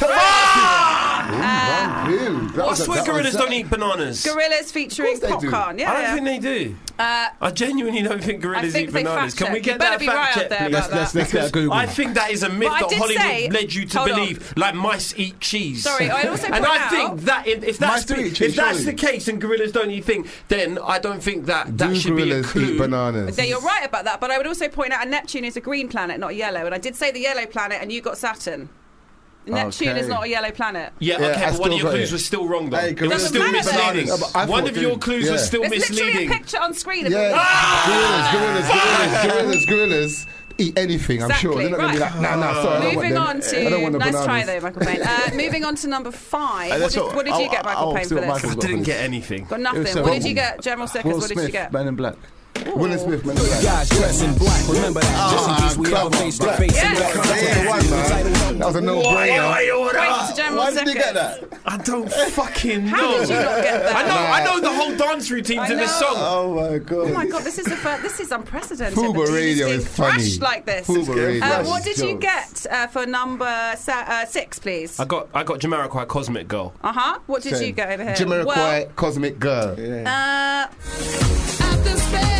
Ooh, wrong Ah. clue. That I was a- swear that was gorillas a- don't eat bananas. Gorillas featuring They do. popcorn. Yeah. I don't yeah. think they do. Uh, I genuinely don't think gorillas think eat they bananas. fact Can we check. You get better that be fact right up check, there please? about Let's- let's- let's get a Google. I think that is a myth But I that did Hollywood say- led you to hold on. believe, like mice eat cheese. Sorry, I also and point I out- think that if, if that's Mice do the, eat cheese, if that's surely. the case and gorillas don't eat thing, then I don't think that that Do should be a gorillas clue. eat bananas? Yeah, you're right about that, but I would also point out a Neptune is a green planet, not a yellow. And I did say the yellow planet, and you got Saturn. Neptune Okay. is not a yellow planet. Yeah, Yeah, okay, I but one still of your got clues it. was still wrong, though. Hey, it was gorillas still eat misleading. bananas. Yeah, but I One thought of your they- clues yeah. was still There's literally a misleading. picture on screen of Yeah, it. gorillas, gorillas, gorillas, gorillas, gorillas. Eat anything, I'm sure. They're not going to be like, Exactly, nah, nah, sorry, I don't want Moving them. on I don't to want the nice bananas. try though, Michael <laughs> Payne. Uh, moving on to number five. Hey, what, Uh, that's did, all- what did you I'll- get, Michael I'll Payne, see for what this? Michael's I got didn't for get this. anything. Got nothing. It was, uh, What did Will- you get, General Sickers? Will What did you Smith, get? Men in Black. Will Smith, Men Three guys dressed in black. Remember that. Just in case we all face to face. and Yeah. got contact. Yeah, one, man. That was a no-brainer. uh, Wait to General Why did they Sickers. get that? I don't fucking know. How did you not get that? I know, I Nah. know the whole dance routine I to this know. song. Oh my Oh my god. god, this is the first. This is unprecedented. Fuba The team Radio being is funny. thrashed like this. Fuba Radio Uh, is what did you jokes. get uh, for number se- uh, six, please? I got I got Jamiroquai Cosmic Girl. Uh huh. What did you get over here? Jamiroquai, Well, Cosmic Girl. uh,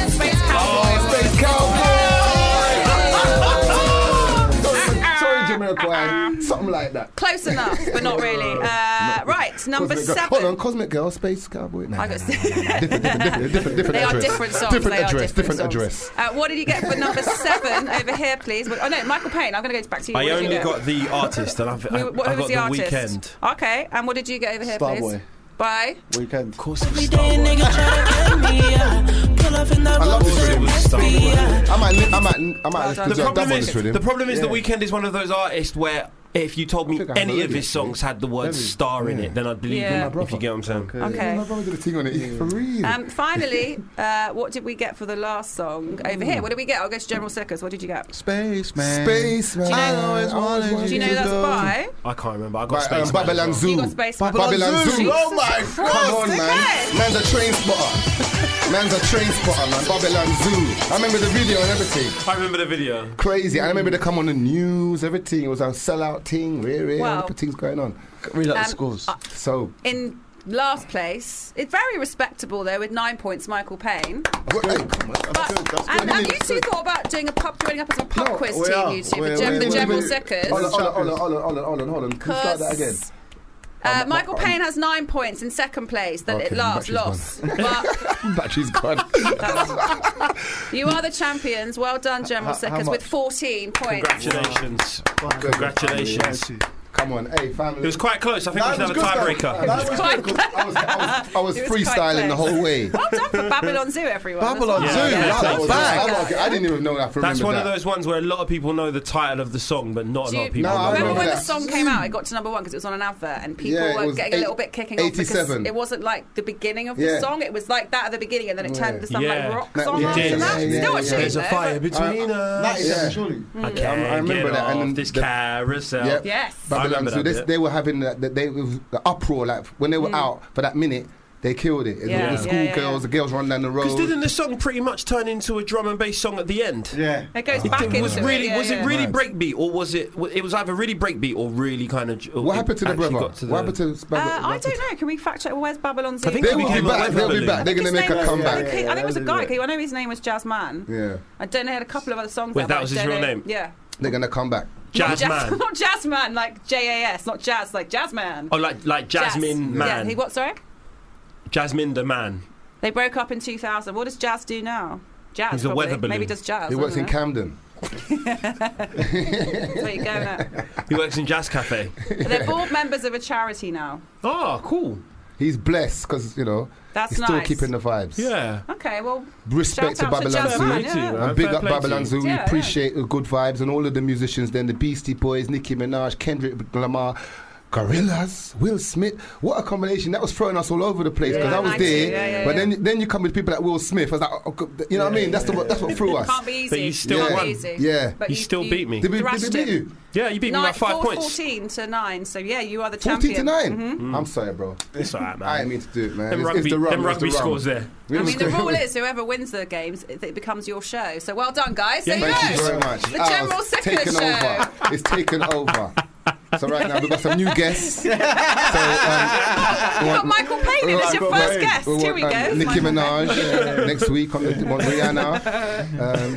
Space Cowboy. Space Cowboy. Sorry, Jamiroquai. Something like that. <laughs> Close enough, but not really. Uh, right, number Cosmic Girl. seven. Hold on, Cosmic Girl, Space Cowboy. Nah, I nah, got- nah, different, different, different, different They are address. different songs, Different they are address. different Different songs. address. Uh, what did you get for number seven over here, please? Oh no, Michael Payne. I'm going to go back to you. I What did you only get? got the artist, and I've, I, Who- what- I who got was the the, artist? weekend. Okay, and what did you get over here, please? Starboy. Bye. Weekend. Of course, it's I love this rhythm. I might, I might, I might The double problem this is, rhythm. the problem is Yeah. the weekend is one of those artists where if you told me think I have any already, of his songs had the word Maybe. "star" in Yeah. it, then I'd believe Yeah. him. If you get what I'm saying. Okay. My brother did a thing on it, for real. Um, finally, uh, what did we get for the last song over here? What did we get? I'll go to General Circus. What did you get? Spaceman. Spaceman. Do you know- I always do you wanted know to that's go. by? I can't remember. I got By, um, space. Babylon Zoo. You got Space Man. Babylon, Babylon Zoo. Zoo. Oh my Jesus God. Come on, Christ, man. okay. Man's a train spotter. Man's a train spotter, man. Babylon Zoo. I remember the video and everything. I remember the video. Crazy. I remember they come on the news, everything. It was a sellout thing, rare, rare. Wow. Everything's going on. Read out the Um, scores. so, In last place, it's very respectable though, with nine points. Michael Payne. And have you two thought about doing a pub, joining up as a pub quiz team? You two, the, gem, the General Circus. Hold on, hold on, hold on, hold on, hold on, hold on, hold on. Can you start that again? Because- Uh, Michael Payne has nine points in second place. That Okay, it last battery's loss. gone. But Battery's <laughs> gone. you are the champions. Well done, General How- how Circus, with much? 14 points. Congratulations. Congratulations. Come on, hey, family. It was quite close. I think That we should have a was good, though. tiebreaker. That was good, 'cause I was, I was, I was <laughs> It was quite freestyling the close. whole <laughs> way. Well done for Babylon Zoo, everyone. Babylon That's Zoo, nice. yeah, that was bad. I like it. I didn't even know that. I That's remember one that. of those ones where a lot of people know the title of the song, but not a Do lot you of people. know remember when the song came out? It got to number one because it was on an advert, and people Yeah, it were was getting a little eight- bit kicking off because 87. it wasn't like the beginning of Yeah. the song. It was like that at the beginning, and then it turned to some like rock song. Yeah. after Yeah. that. Yeah. Still a Yeah. shame, There's a though, fire but- between us. yeah. I Yeah, can't uh, I remember get that. off And then this the- carousel. Yep. I Babylon remember Zoo. that um, This, bit. they were having that. that they it was the uproar. Like when they were Mm. out for that minute, they killed it. It was Yeah. all Yeah, the school yeah, girls, the girls run down the Because road. didn't the song pretty much turn into a drum and bass song at the end? Yeah. It goes It back did- into was it, really yeah, was yeah. Uh, it really breakbeat or was it w- it was either really breakbeat or really kind of What happened to the brother? What happened to? Uh, I don't know. Can we fact check? Where's Babylon Zoo? I think They we will came be up back, with they'll be Babylon. back. They're I think gonna his make a name was- comeback. I think, Yeah, I think it was a yeah, guy. yeah. I know his name was Jazzman. Yeah. I don't know. He had a couple of other songs. Wait, out, that but I was his don't real know. name? Yeah. They're gonna come back. Not Jazz- <laughs> Not Jazzman, like J A S, not Jazz, like Jazzman. Oh, like like Jasmine Jazz. Man. Yeah, he what? Sorry, Jasmine the Man. they broke up in 2000. What does Jazz do now? Jazz. He's a probably. weather balloon. Maybe does Jazz. He I works don't in know. Camden. That's where you're going at. He works in Jazz <laughs> Cafe. They're <laughs> board members of a charity now. Oh, cool. He's blessed because you know That's he's still nice. keeping the vibes. Yeah. Okay, well. Respect to shout out Babylon Jazz Zoo. Man, yeah. And big up Babylon Zoo. We Yeah, yeah. appreciate the good vibes and all of the musicians then the Beastie Boys, Nicki Minaj, Kendrick Lamar. Gorillas, Will Smith, what a combination! That was throwing us all over the place because Yeah, I was I there. see. Yeah, yeah, but yeah. then, then you come with people like Will Smith. I was like, oh, oh, you know what I mean? That's the what that's what threw us. Can't be easy. Can't be easy. Yeah, But you, you Did we, did thrashed we beat him. you? Yeah, you Nine- four- 14 to 9. So, yeah, you are the 14 to champion. 9 Mhm. i I'm sorry, bro. It's alright, man. I didn't mean to do it, man. Them It's- rugby- it's the rum, them it's the rugby rum. scores there. I mean, the rule is whoever wins the games, it it becomes your show. So well done, guys. There you Thank go. you very much. The Ours General is Secretary taken Show. over. It's taken over. So right now we've got some new <laughs> guests. So, um, we You've want- Oh, got Michael Payne in as your Michael first Payne. guest. We Here want, we um, go. Nicki Michael Minaj Payne. uh, <laughs> next week. On the, we want Rihanna.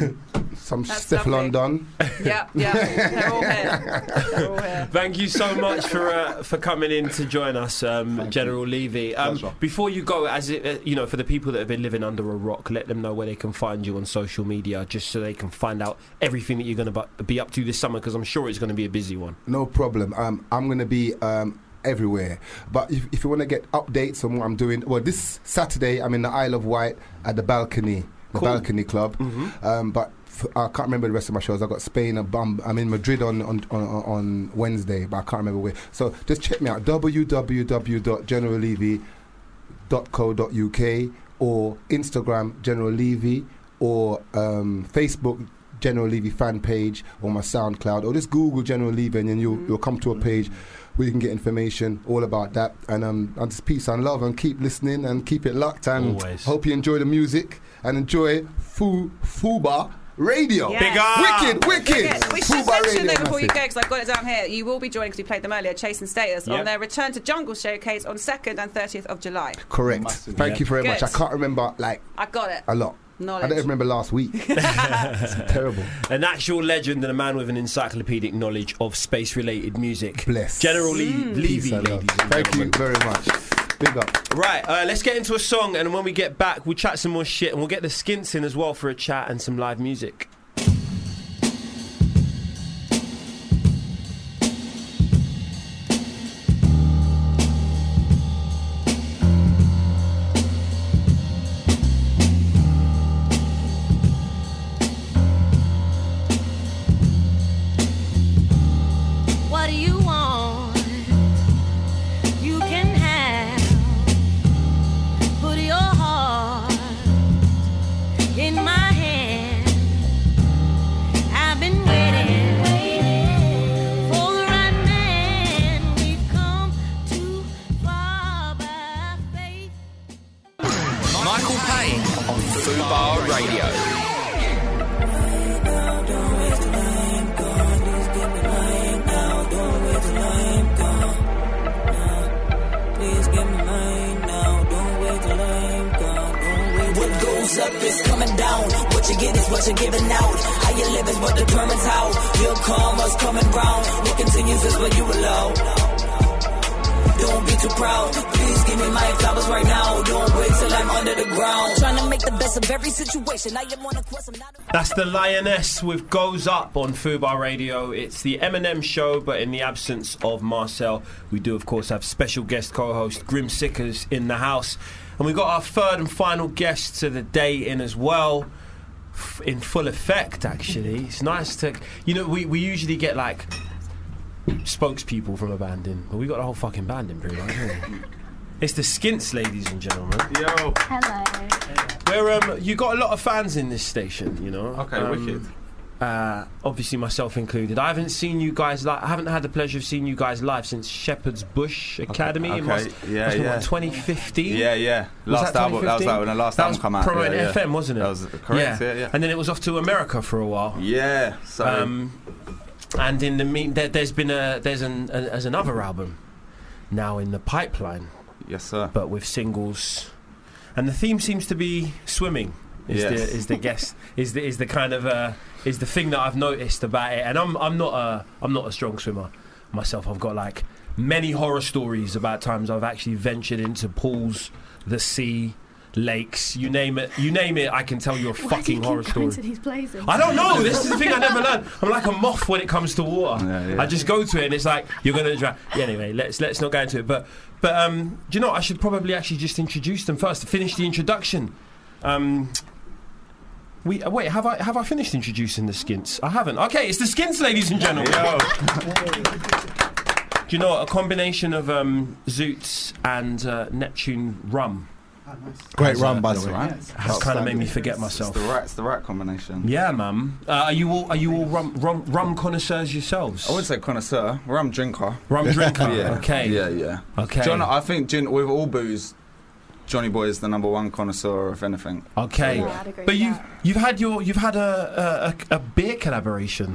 Um, some Steph London. Yep, yep. They're all here. <laughs> Thank you so much for uh, for coming in to join us, um, General Levy. Um, before you go, as it, uh, you know, for the people that have been living under a rock, let them know where they can find you on social media, just so they can find out everything that you're going to be up to this summer, because I'm sure it's going to be a busy one. No problem. Um, I'm going to be um, everywhere. But if, if you want to get updates on what I'm doing, well, this Saturday I'm in the Isle of Wight at the Balcony, the Balcony Club. Um, but f- I can't remember the rest of my shows. I've got Spain. and Bum- I'm in Madrid on, on, on, on Wednesday, but I can't remember where. So just check me out www.generallevy.co.uk or Instagram, General Levy, or um, Facebook, General Levy fan page, or my SoundCloud, or just Google General Levy, and then you'll, Mm. you'll come to a page where you can get information all about that. And um, and just peace and love, and keep listening, and keep it locked, and Always. hope you enjoy the music and enjoy Foo Fuba Radio. Yes. Big Wicked, up. wicked. Wicked. We should Fuba mention Radio though before you go, massive. because I've got it down here. You will be joining because we played them earlier. Chase and Status Yep. on their return to Jungle Showcase on second and thirtieth of July. Correct. Thank you very much. I Good. can't remember like I got it. a lot. I Knowledge. don't even remember last <laughs> week. Terrible. An actual legend and a man with an encyclopedic knowledge of space-related music. Bless. General Le- Levy, Peace and ladies love. and Thank you gentlemen. very much. Big up. Right, uh, let's get into a song, and when we get back, we'll chat some more shit, and we'll get the skints in as well for a chat and some live music. What do you Radio. Please give me mine now. Don't wait till I'm gone. Don't wait till What goes up is coming down. What you get is what you're giving out. How you live is what determines how. Your karma's coming round. What continues is what you allow. Don't be too proud. Please give me my flowers right now. Don't wait till I'm under the ground. Trying to make the best of every situation. I am on a course. I'm not. That's the Lioness with Goes Up on Fubar Radio. It's the Eminem show, but in the absence of Marcel, we do, of course, have special guest co host Grim Sickers in the house. And we got our third and final guest to the day in as well, f- in full effect, actually. It's nice to. You know, we, we usually get like spokespeople from a band in, but we got the whole fucking band in pretty much. <laughs> haven't we? It's the Skints, ladies and gentlemen. Yo. We're, um, you got a lot of fans in this station, you know. Okay, um, wicked. Uh, obviously, myself included. I haven't seen you guys. Li- I haven't had the pleasure of seeing you guys live since Shepherd's Bush Academy. okay, It must, <laughs> yeah, must be, what, yeah. 2015. Yeah, yeah. Was Last that album- that was 2015? like when the last That album was come out, Promoting yeah, yeah. FM, wasn't it? That was correct, yeah, yeah. And then it was off to America for a while. Yeah. So Um, and in the mean, there, there's been a there's an a, there's another album now in the pipeline. Yes, sir. But with singles, and the theme seems to be swimming. Is Yes. the is the guess is the is the kind of uh, is the thing that I've noticed about it. And I'm I'm not a I'm not a strong swimmer myself. I've got like many horror stories about times I've actually ventured into pools, the sea, lakes, you name it. You name it, I can tell you a Why do you fucking keep horror going story. to these places? I don't know. This is the thing I never learned. I'm like a moth when it comes to water. I just go to it and it's like you're gonna drown. Yeah, anyway, let's let's not go into it. But but um, do you know? what? I should probably actually just introduce them first to finish the introduction. Um, we uh, wait. Have I have I finished introducing the skints? I haven't. Okay, it's the skints, ladies and gentlemen. Do you know what? A combination of um, Zoots and uh, Neptune rum. Great Has, run, uh, by the way. Yes. Has kind of made me forget It's myself. the right, it's the right combination. Yeah, mum. Uh, are you all are you all rum, rum rum connoisseurs yourselves? I would say connoisseur, rum drinker. Rum drinker, <laughs> yeah. okay. Yeah, yeah. Okay. John, I think gin, with all booze, Johnny Boy is the number one connoisseur of anything. Okay, Yeah, I'd agree but with you've you've had your you've had a a, a, a beer collaboration,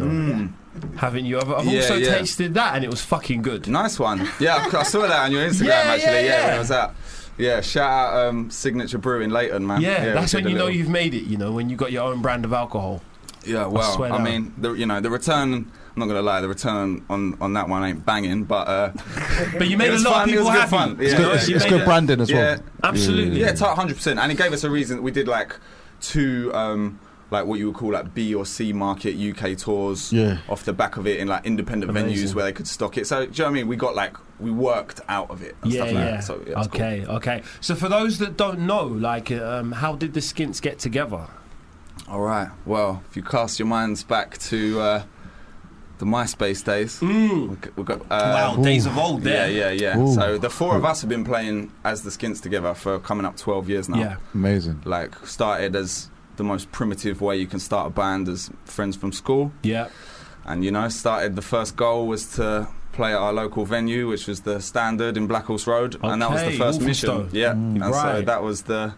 though, haven't you? I've, I've Mm. Yeah, also yeah. tasted that, and it was fucking good. Nice one. Yeah, I I saw that on your Instagram Yeah, actually. yeah, Yeah, yeah. when I was out. Yeah, shout out um, Signature Brewing Leighton, man. yeah, we that's did when a you know little- you've made it. You know, when you got your own brand of alcohol. Yeah, well, swear I, down. mean, the, you know, the return. I'm not gonna lie, the return on, on that one ain't banging, but uh, But you made it a was lot of fun, people it was happy. Good fun. It's Yeah, good- yeah, it's yeah, good yeah. branding as well. Yeah, Absolutely. Yeah, hundred percent. And it gave us a reason. We did like two. Um, like what you would call like B or C market UK tours Yeah. off the back of it in like independent Amazing. venues where they could stock it. So do you know what I mean? We got like we worked out of it. And Yeah, stuff like yeah. That. So, yeah, it's cool. okay, okay. So for those that don't know, like, um, how did the skints get together? All right. Well, if you cast your minds back to uh, the MySpace days, we g- we got, uh, Wow, days of old there. Yeah, yeah, yeah. Ooh. So the four of us have been playing as the Skints together for coming up 12 years now. Yeah. Amazing. Like started as the most primitive way you can start a band as friends from school. Yeah. And you know, started the first goal was to play at our local venue, which was the Standard in Black Horse Road, and that was the Okay, first Walthamstow. mission. Yeah. Mm. and so Right. that was the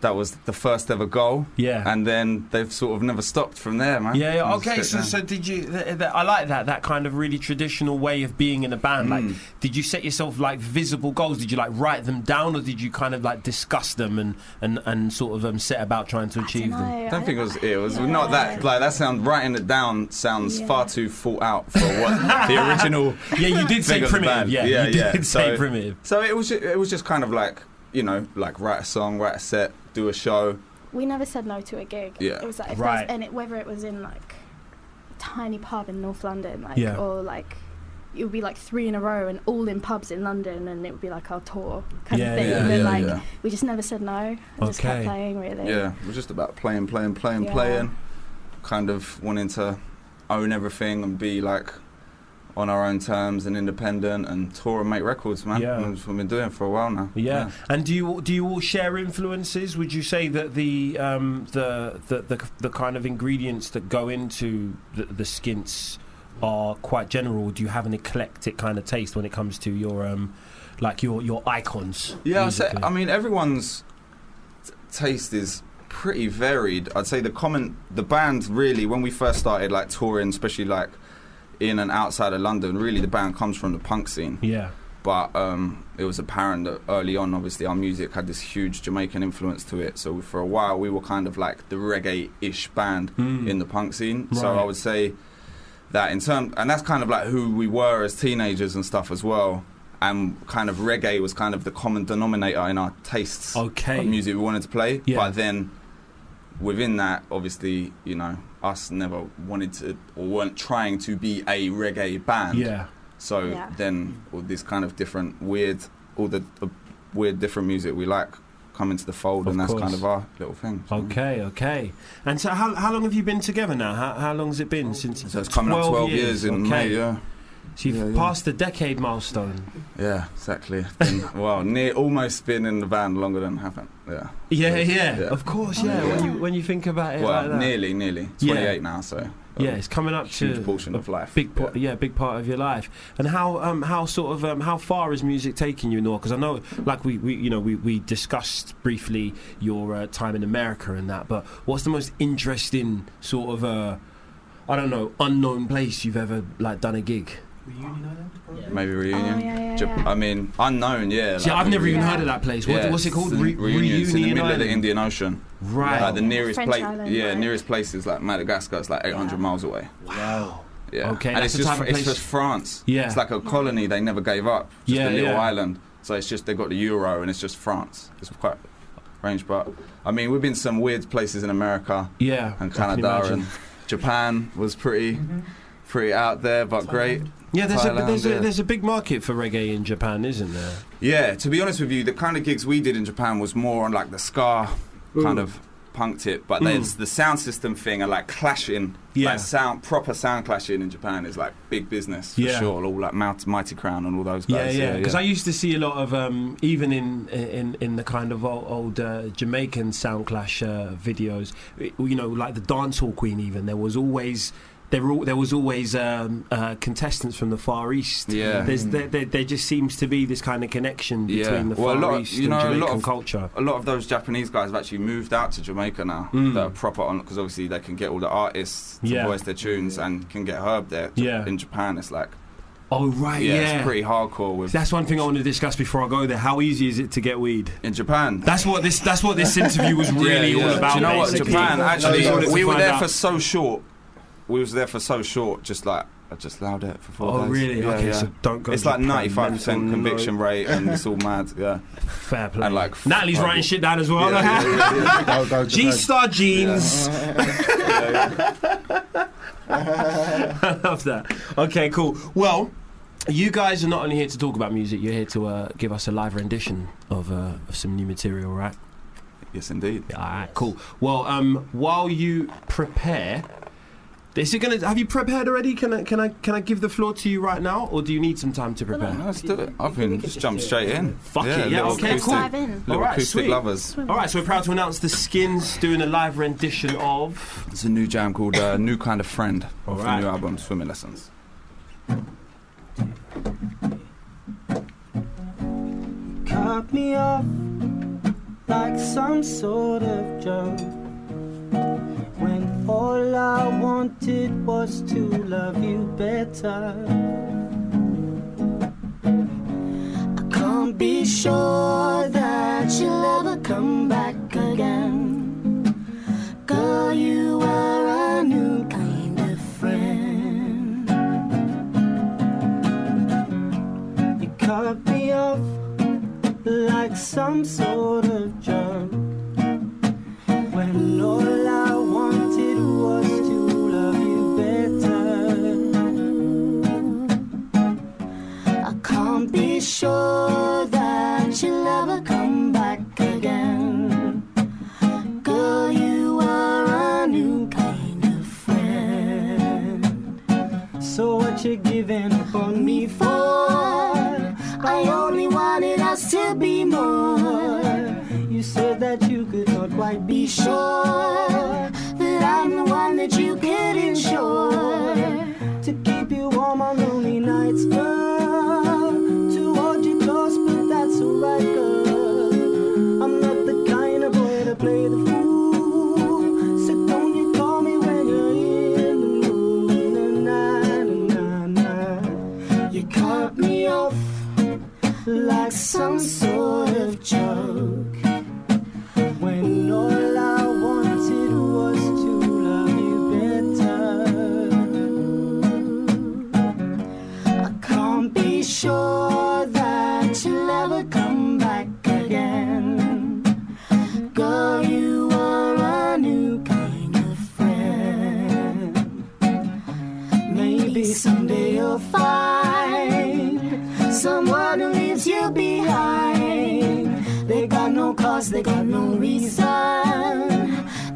that was the first ever goal. Yeah. And then they've sort of never stopped from there, man. Yeah, yeah. And just Okay. kept So, going. so did you? Th- th- I like that. That kind of really traditional way of being in a band. Mm. Like, did you set yourself like visible goals? Did you like write them down, or did you kind of like discuss them and and and sort of um, set about trying to achieve I them? don't think it was. It was not that. Like that sound. Writing it down sounds far too thought out for what <laughs> the original. Yeah, you <laughs> did say thing of the primitive, band. yeah, <laughs> yeah, you yeah. did say primitive. So it was. ju- It was just kind of like you know, like write a song, write a set, do a show. We never said no to a gig. Yeah. It was like if Right. there's and it, whether it was in like a tiny pub in North London, like Yeah. or like it would be like three in a row and all in pubs in London, and it would be like our tour kind Yeah, of thing. yeah, and then yeah, like yeah. we just never said no. And Just kept playing really. Yeah, it was just about playing, playing, playing, Yeah. playing. Kind of wanting to own everything and be like on our own terms and independent and tour and make records, man. Yeah. That's what we've been doing for a while now. Yeah. And do you do you all share influences? Would you say that the um, the, the the the kind of ingredients that go into the, the skints are quite general? Do you have an eclectic kind of taste when it comes to your um, like your your icons? Yeah, I, say, musically? I mean, everyone's t- taste is pretty varied. I'd say the common the band really when we first started like touring, especially like in and outside of London, really the band comes from the punk scene. Yeah. But um, it was apparent that early on, obviously, our music had this huge Jamaican influence to it. So for a while, we were kind of like the reggae-ish band Mm. in the punk scene. So Right. I would say that in terms, and that's kind of like who we were as teenagers and stuff as well. And kind of reggae was kind of the common denominator in our tastes Okay. of music we wanted to play. Yeah. But then within that, obviously, you know, us never wanted to or weren't trying to be a reggae band. Yeah. So Yeah. then all this kind of different weird, all the, the weird different music we like come into the fold, Of and that's course. kind of our little thing. so. Okay, okay. And so, how, how long have you been together now? How, how long has it been since? So it's coming up 12 years in May, yeah. So you've passed the decade milestone. Yeah, exactly. <laughs> Been, well, near almost been in the band longer than haven't. Yeah. Oh, Yeah, yeah, of course, yeah. When you when you think about it Well, like that. nearly, nearly. Yeah. 28 now, so. um, Yeah, it's coming up huge to portion of life. Big, part, yeah. big part of your life. And how, um, how sort of, um, how far is music taking you, Noor? Because I know, like we, we, you know, we, we discussed briefly your uh, time in America and that. But what's the most interesting sort of, uh, I don't know, unknown place you've ever like done a gig? Maybe reunion. yeah, Oh, yeah, Jap- yeah. I mean, unknown. Yeah. See, I've never even heard of that place. What- what's it it's called? in- Re- Reunion's in the Reunion middle of the Island? Indian Ocean. Right. Like the nearest French place. island, yeah, right. nearest place is like Madagascar. It's like 800 miles away. Wow. Yeah. Okay, And that's it's the just type of it's place- just France. Yeah. It's like a colony they never gave up. Just Yeah, a little yeah. island. So it's just they got the euro and it's just France. It's quite range, but I mean we've been some weird places in America. Yeah, I And can Canada imagine. and Japan was pretty pretty out there but great. Yeah, there's a Thailand, there's, yeah. a there's a big market for reggae in Japan, isn't there? Yeah, to be honest with you, the kind of gigs we did in Japan was more on like the ska kind Mm. of punk tip, but Mm. there's the sound system thing and like clashing, Yeah. like sound proper sound clashing in Japan is like big business for Yeah. sure. All like Mount, Mighty Crown and all those Yeah, guys. yeah. Because I used to see a lot of um, even in in in the kind of old, old uh, Jamaican sound clash uh, videos. it- you know, like the dancehall queen. Even there was always. There, were, al- there was always um, uh, contestants from the Far East. Yeah. Mm. There's, there, there, there just seems to be this kind of connection between the Far East and Jamaican culture. A lot of those Japanese guys have actually moved out to Jamaica now. Mm. That are proper on because obviously they can get all the artists to Yeah. voice their tunes and can get heard there. Yeah. In Japan, it's like Oh, right, yeah. it's pretty hardcore with That's one thing I want to discuss before I go there. How easy is it to get weed in Japan? That's what this. That's what this interview was <laughs> Yeah, really yeah. all about. Do you know basically. what? Japan I just wanted actually, to we were find there out. for so short. We was there for so short. Just like I just allowed it for four Oh, days. really? Okay, so don't go It's to like Japan, ninety-five percent mental conviction note. rate, and it's all mad. Yeah. Fair play. And like Natalie's fuck writing it. shit down as <laughs> well. Yeah, <laughs> yeah, yeah, yeah. Go, go, G Star Japan. Jeans. Yeah. <laughs> I love that. Okay, cool. Well, you guys are not only here to talk about music, you're here to uh, give us a live rendition of, uh, of some new material, right? Yes, indeed. All right, cool. Well, um, while you prepare, is it gonna? Have you prepared already? Can I can I can I give the floor to you right now, or do you need some time to prepare? let's do it. I've been just jump straight in. Fuck Yeah, it. Yeah. little Okay. acoustic- Cool. Dive in. little acoustic lovers. All right. So we're proud to announce the Skins doing a live rendition of. It's a new jam called uh, "New Kind of Friend" off Alright. the new album "Swimming Lessons." cut me off like some sort of joke. When all I wanted was to love you better. I can't be sure that you'll ever come back again. Girl, you are a new kind of friend. You cut me off like some sort of junk. When all I wanted was to love you better. I can't be sure that you'll ever come back again. Girl, you are a new kind of friend. So what you giving on me for? I only wanted us to be more. You said that you could not quite be sure that I'm the one that you could ensure to keep you warm on lonely nights, girl. To hold you close, but that's alright, girl. I'm not the kind of boy to play the fool. like some sort of joke. When all I wanted was to love you better, I can't be sure that you'll ever come back again. Girl, you are a new kind of friend. Maybe someday you'll find someone who leaves you behind. They got no cause, they got no reason.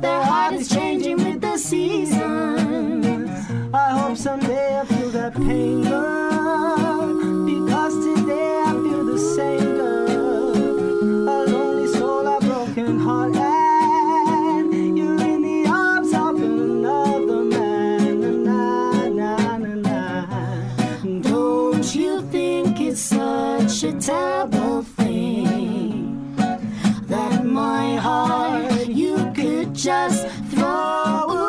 Their heart is changing with the seasons. I hope someday I feel that pain, girl. Because today I feel the same, girl. A lonely soul, a broken heart. And you're in the arms of another man. Na, na, na, na. Don't you think it's such a terrible thing that my heart you could just throw away?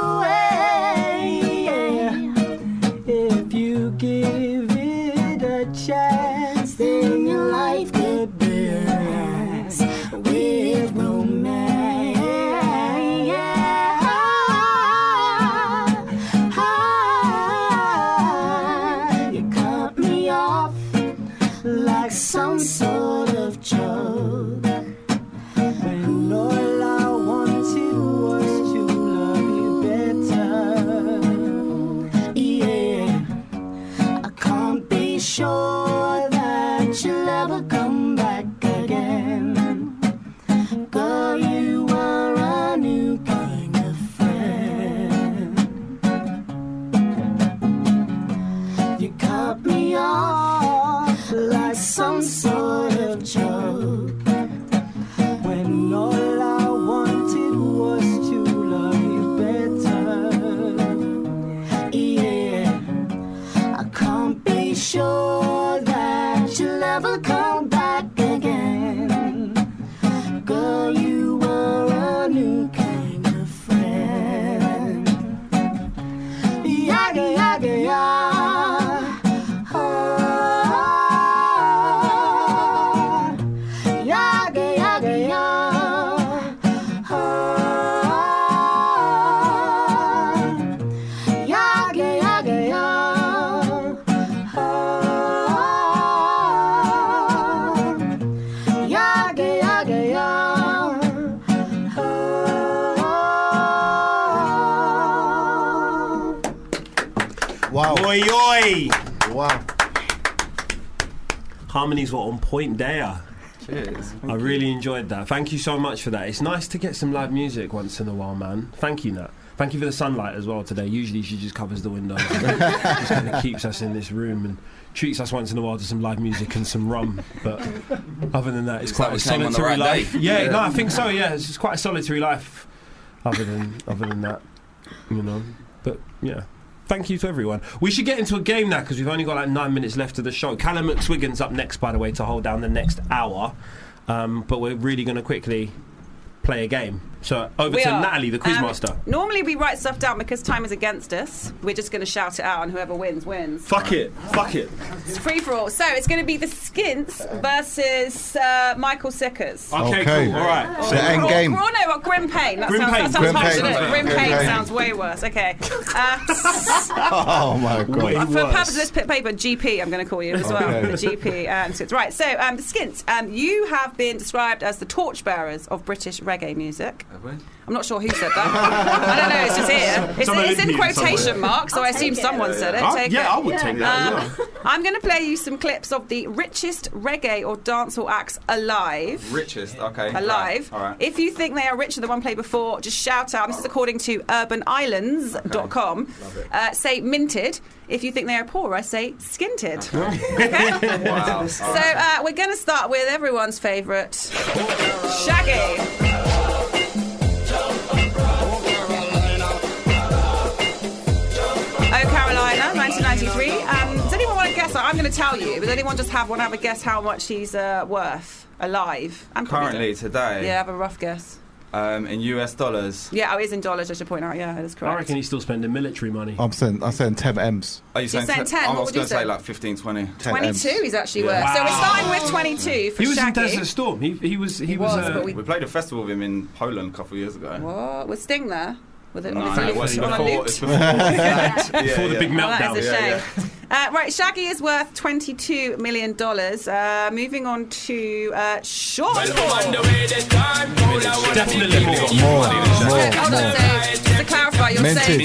If you give it a chance, then your life could be nice with romance. You cut me off like some sort of joke. When all I wanted was to love you better. Yeah. I can't be sure that you'll ever come back again. Girl, you are a new kind of friend. You cut me off like some sort of joke. When all I wanted was to love you better. Yeah. I can't be sure that you'll ever come back again. Girl, you were a new kind of friend. Yaga, yaga, ya. Ah. Yaga, yaga, ya. Ah. Yaga, yaga, ya. Ah. Yaga, yaga, ya. Ah. Wow. Oi, oi. Wow. Harmonies were on point there. Cheers. I really enjoyed that. Thank you so much for that. It's nice to get some live music once in a while, man. Thank you, Nat. Thank you for the sunlight as well today. Usually she just covers the window, <laughs> just kind of keeps us in this room and treats us once in a while to some live music and some rum. But other than that, it's, It's quite like a we came on the solitary right life. day. Yeah, Yeah. no, I think so. Yeah, it's just quite a solitary life. Other than other than that, you know. But yeah. Thank you to everyone. We should get into a game now because we've only got like nine minutes left of the show. Callum McSwiggan's up next, by the way, to hold down the next hour. Um, but we're really going to quickly play a game. So over We to are. Natalie, the Um, quizmaster. Normally we write stuff down because time is against us. We're just going to shout it out, and whoever wins wins. Fuck it. Fuck it. It's free for all. So it's going to be the Skints versus uh, Michael Sickers. Okay, cool. All right. So end game. We're all know about grim pain. That Grim sounds, pain. That sounds Grim harsh, pain. doesn't it? Grim Grim pain pain. sounds way worse. Okay. Uh, Oh my god. for the purpose of this p- paper, GP, I'm going to call you as well. Okay. The GP and Skits. Right, so um, the Skits, um, you have been described as the torchbearers of British reggae music. I'm not sure who said that. I don't know, it's just here. It's, Someone it's in in here somewhere. quotation marks, so I'll I assume take it. someone said it. I'll- Uh, Take yeah, it. I would take that, Um, I'm going to play you some clips of the richest reggae or dancehall acts alive. Richest, okay. Alive. All right. If you think they are richer than one played before, just shout out. This is according to urbanislands.com. Uh, say minted. If you think they are poor, I say <laughs> skinted. <laughs> Okay? Wow. So uh, we're going to start with everyone's favourite Shaggy. Oh, Carolina, 1993. Um, does anyone want to guess? I'm going to tell you. But does anyone just have one have a guess how much he's uh, worth alive? And probably Currently dead. today. Yeah, have a rough guess. um, in US dollars. Yeah, oh, it is in dollars, I should point out. Yeah, that's correct. he's still spending military money. I'm saying, I'm saying 10 M's. Are you Oh, saying, saying 10? I What was would you going to say say? like 15, 20. 22 is actually Yeah. worth. So we're Wow. starting with 22 for He was in Shaggy. Desert Storm. He, he was. He, was, was, uh, but we- we, played a festival with him in Poland a couple of years ago. What? Oh, With Sting there? With it, No, on his it loop- was on a before. loop? It's before, that. Yeah, Before the yeah. big Oh, that is a meltdown. shame. Uh, right, Shaggy is worth $22 million. Uh, moving on to uh, Sean. Definitely more. More, more, Hold on, more. so just to clarify, you're Minted. saying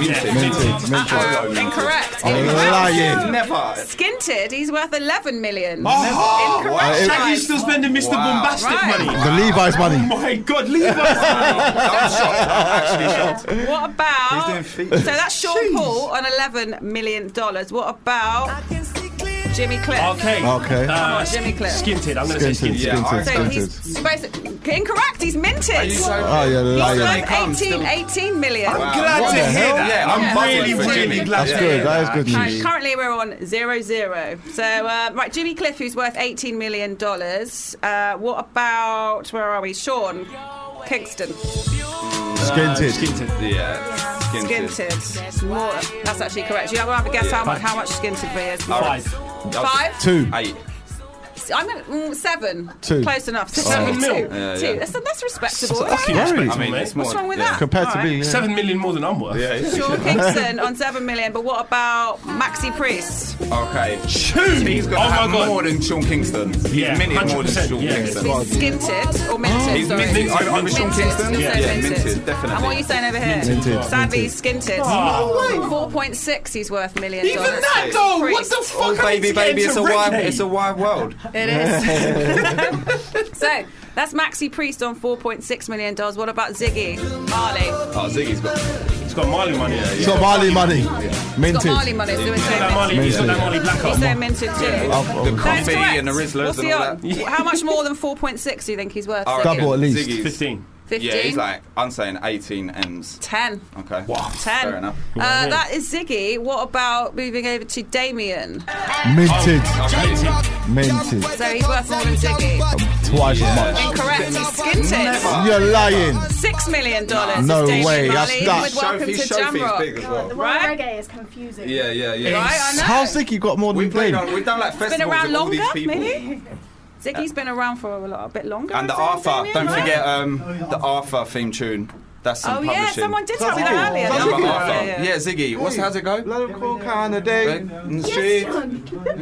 Minted. Minted. Uh-oh, incorrect. I'm Incorrect. lying. Never. Skinted, he's worth 11 million. Oh, Incorrect. wow. guys. Shaggy's still spending Mr. Wow. Bombastic Right. money. The Levi's money. Oh my God, Levi's money. What about? So that's Sean Paul on eleven million dollars. What about Jimmy Cliff? Okay. Okay. Come on, Jimmy Cliff. Skinted. I'm going to say Skinted, skinted. skinted, So he's supposed to, incorrect. He's minted. you so- Oh, yeah, he's liar. worth Here they come, 18, still. 18 million. I'm Wow. glad What to the hear hell? that. Yeah, I'm really, really glad That's to good, hear that is that. good Right, news. currently we're on zero zero. So uh, right, Jimmy Cliff, who's worth 18 million dollars. Uh, what about where are we? Sean Kingston. Skinted. Yeah. Skinted. Skinted. More. That's actually correct. You have a guess Yeah. how much how much skinted he is? Five? Five? Two. Eight. I'm gonna mm, seven. Two. Close enough. Oh. Seven Seven two. mil. Yeah, two. yeah. That's, that's respectable. That's isn't it? very- I mean, it's more, What's wrong with yeah. that? Compared to All right. me, yeah. Seven million more than I'm worth. Yeah, yeah. Sean <laughs> Kingston on seven million. But what about Maxi Priest? Okay. Shoot! He's got Oh my have God. more than Sean Kingston. He's Yeah, minted more than 100%, Sean yeah. Kingston. Skinted or minted? He's sorry. minted. Over- over Sean Minted. Kingston? You Yeah. said Yeah, minted. minted, definitely. And what are you saying over here? Minted. Sadly, Minted. skinted. Ah. Oh. Four point six. He's worth million. Even dollars. that, though, what Priest. the Oh, baby, baby, it's a wide, it's a wide world. It is. so that's Maxi Priest on four point six million dollars. What about Ziggy Marley? oh, Ziggy's got. He's got Marley money. Yeah, So Marley money. He's got Minted. Marley money. So He's got that Marley- he's got that Marley black He's so minted too. The coffee and the Rizzlers What's and he all on? that. How <laughs> much more than four point six do you think he's worth? I Ziggy? reckon Ziggy's- 15. Yeah, he's 15? like, I'm saying 18 M's. Ten. Okay. Ten. Fair enough. Uh, that is Ziggy. What about moving over to Damien? Minted. Minted. So he's worth more than Ziggy. Twice as much. Incorrect. He's skinted. You're lying. Six million dollars. No is Damien way, that's- Marley that's- with Welcome Shofi- to Shofi's Jamrock. big as well. The world Right? reggae is confusing. Yeah, yeah, yeah. Right, I know. How sick you got more than We played Dame? on, we've done like It's been festivals around with all longer, these people. maybe. Ziggy's been around for a, lot, a bit longer. And the I think, Arthur, Damien, don't right? forget um, the Arthur theme tune. That's some Oh, yeah, publishing. someone did tell me that earlier. Yeah, Ziggy. Arthur. Yeah, Yeah, yeah. Ziggy. What's how's it go? Local kind of day in the street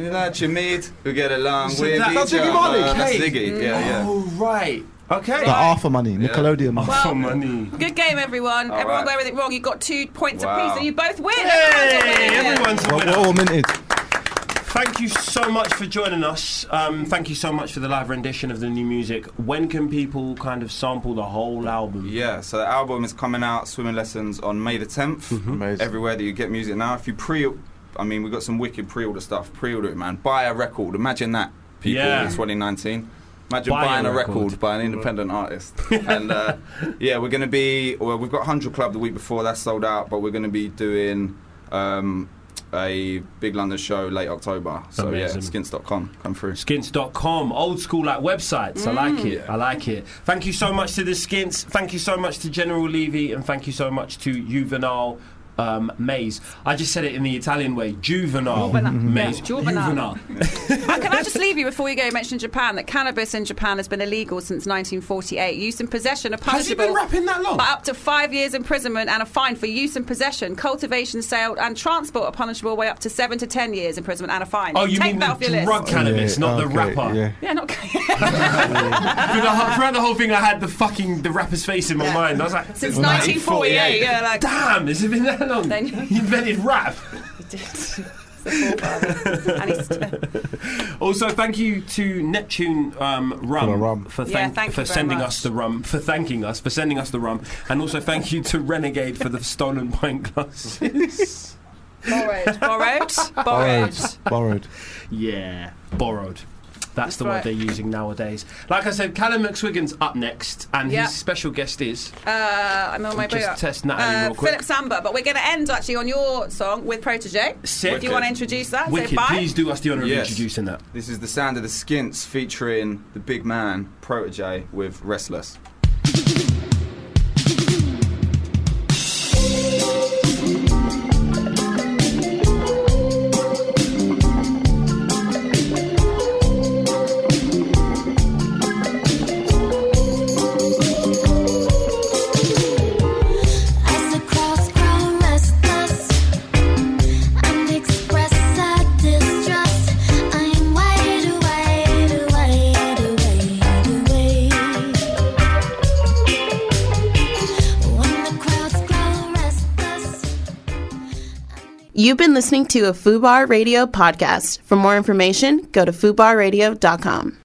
that you meet, we get along So with that- each that's Ziggy other. Marley. uh, That's Okay. Ziggy. Yeah, Mm. yeah. Oh, right. Okay. The Arthur money. Nickelodeon money. Well- money. Good game, everyone. All everyone right. got everything wrong. You got two points Wow. apiece, and you both win. Hey, everyone's a Well, winner. we're all minted. Thank you so much for joining us. Um, thank you so much for the live rendition of the new music. When can people kind of sample the whole album? Yeah, so the album is coming out, Swimming Lessons, on May the 10th. Everywhere that you get music now. If you pre, I mean, we've got some wicked pre order stuff. Pre order it, man. Buy a record. Imagine that, people, Yeah. in 2019. Imagine Buy a buying a record. record. by an independent artist. <laughs> and uh, yeah, we're going to be, well, we've got 100 Club the week before, that's sold out, but we're going to be doing. Um, a big London show late October. So Amazing. yeah, skins.com, come through. Skints.com, old school like websites. I like it. I like it. Thank you so much to the Skints. Thank you so much to General Levy, and thank you so much to Juvenile. Um, Maze. I just said it in the Italian way. Juvenile Maze. Yeah, juvenile. And Uh, can I just leave you before you go? You mentioned Japan that cannabis in Japan has been illegal since 1948. Use and possession are punishable. Has he been rapping that long? By up to five years imprisonment and a fine for use and possession, cultivation, sale, and transport are punishable by up to seven to ten years imprisonment and a fine. Oh, you Take mean that the off your drug list. cannabis, not the okay, rapper. yeah. yeah, <laughs> not <laughs> Through the whole- Throughout the whole thing, I had the fucking the rapper's face in my mind. I was like, Since 1948, yeah, like- <laughs> damn, has it been that long? <laughs> he invented rap. uh, also, thank you to Neptune um, Rum the rum. for, Yeah, thank- thank you for very sending much. us the rum for thanking us for sending us the rum, and also thank you to Renegade for the stolen <laughs> pint glasses. borrowed, borrowed, <laughs> borrowed. Borrowed. Borrowed. <laughs> Yeah, borrowed. That's, the right. word they're using nowadays. Like I said, Callum McSwiggan's up next, and Yeah. his special guest is. Uh, I'm on my Just way up. test Natalie uh, real quick. Philip Samba, but we're going to end actually on your song with Protege. Sick. If you want to introduce that, say Wicked, bye. please do us the honour Yes. of introducing that. This is the sound of the skints featuring the big man Protege with Restless. You've been listening to a FUBAR Radio podcast. For more information, go to fubarradio.com.